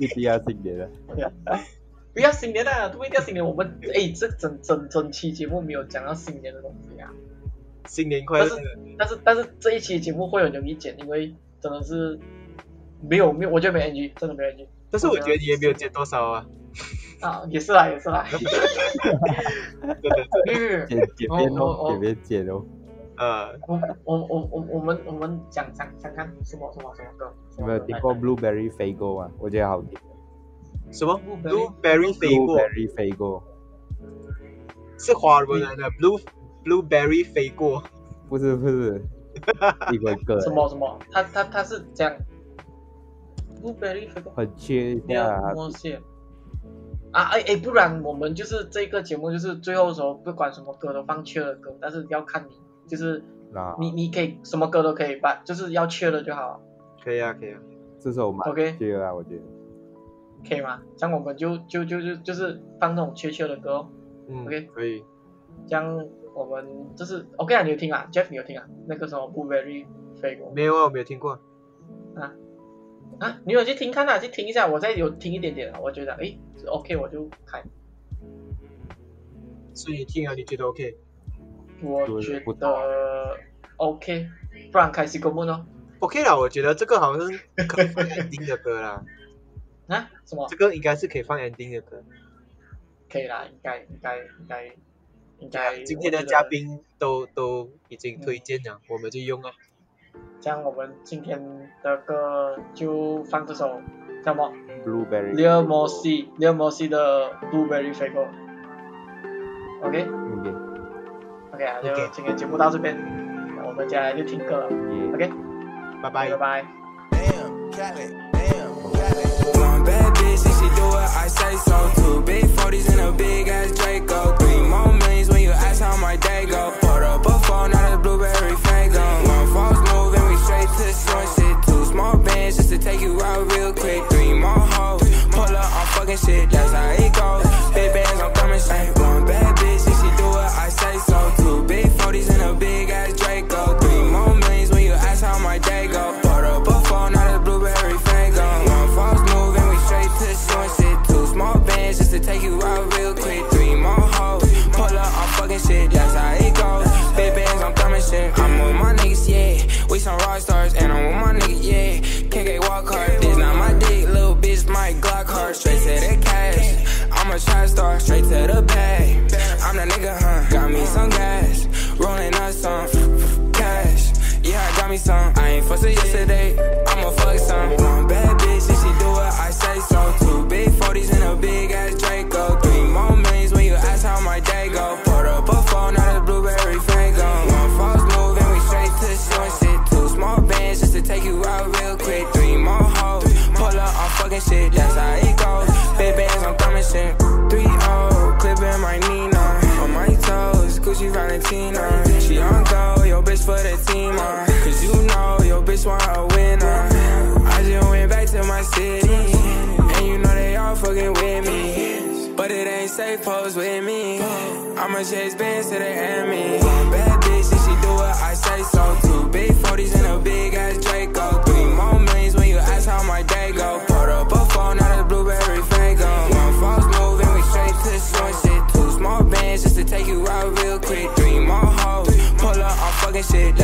一定要新年的，不要新年啊，不一定要新年，我们诶这整整整期节目没有讲到新年的东西啊。新年快乐但！但是但是这一期节目会很容易剪，因为真的是没有没有，我觉得没 NG，真的没 NG 但是我觉得你也没有减多少啊，啊，也是啦也是啦，真的，因为简简便哦，简便简哦，呃，我我我我我们我们讲讲讲看什么什么什么歌，你们有听过 Blueberry à? 飞过吗？我觉得好听什么 Blueberry blueberry 飞过，Blueberry 飞过。是华文来的 blue blueberry 飞过，不是不是，一个歌什么什么？他他他是讲 Blueberry 很缺一 Dạ, 下啊，莫谢啊哎哎，不然我们就是这个节目就是最后的时候不管什么歌都放缺的歌，但是要看你就是那你你可以什么歌都可以把，就是要缺的就好。可以啊，可以啊，这是我蛮 OK 去啊，我觉得。可以吗？这样我们就就就就就是放那种悄悄的歌、哦，嗯 OK 可以。这样我们就是 OK 啊，你有听啊，Jeff 你有听啊，那个什么 Blueberry 飞过没有啊，我没有听过。啊，你有去听看啊，去听一下，我再有听一点点啊，我觉得诶是 OK 我就开，所以你听了你觉得 OK？我觉不得 OK，不然开西公布呢？ OK 啦，我觉得这个好像是可以放 ending 的歌啦，啊，什么这？个应该是可以放 ending 的歌。可以啦，应该应该应该应该。啊今天的嘉，宾都都已经推荐了，我们就用啊。这样我们今天的歌就放这首叫什么 Blueberry。 l e o m o s i l e o m o s i 的 Blueberry f a g o OK 嗯，OK， OK 啊，就 OK 今天节目到这边，那我们接下来就听歌了。也 OK，拜拜拜。拜。 Damn, Cali, damn, Cali. One bad bitch, and she do what I say so. Two big 40s and a big ass Draco. Three more millions when you ask how my day go. Put up a phone, not a blueberry fango. One false move and we straight to the short shit. Two small bands just to take you out real quick. Three more hoes, pull up on fucking shit, that's how it goes. Big bands, I'm coming straight. One bad bitch, and she do what I say so. Two big 40s and a big ass Draco. Three more millions when you ask how my day go. Put up a phone, not a blueberry fango. One false move and we straight to the short shit. Two small bands just to take you out real quick. Three more hoes, pull up on fucking shit, that's how it goes. Big bands, I'm coming shit. I'm with my niggas, yeah. We some rock stars, and I'm with my niggas, yeah. KK walk hard, this not my dick, little bitch, my Glock hard. Straight to the cash, I'm a trap star, straight to the bag. I'm the nigga, huh? Got me some gas, rolling up some f- f- cash. Yeah, I got me some. I ain't fussing yesterday. I'ma fuck some. One bad bitch, and she do what I say so. Two big 40s and a big ass Draco. Three more millions when you ask how my day go. Put up a phone, not a blueberry fango. One false move and we straight to the short shit. Two small bands just to take you out real quick. Three more hoes, pull up on fucking shit. That's how it goes. Big bands, I'm coming shit. Three O, clipping my Nina. On my toes, Gucci Valentina. She on go, yo bitch for the team, uh. Cause you know your bitch want a winner. I just went back to my city. And you know they all fucking with me. But it ain't safe, pose with me. I'ma chase bands to the end me. Bad bitch, and she do what I say so. Two big 40s and a big ass Draco. Three more millions when you ask how my day go. Put up a phone, not a blueberry fango. One false move and we straight to the short shit. Two small bands just to take you out real quick. Three more hoes, pull up on fucking shit.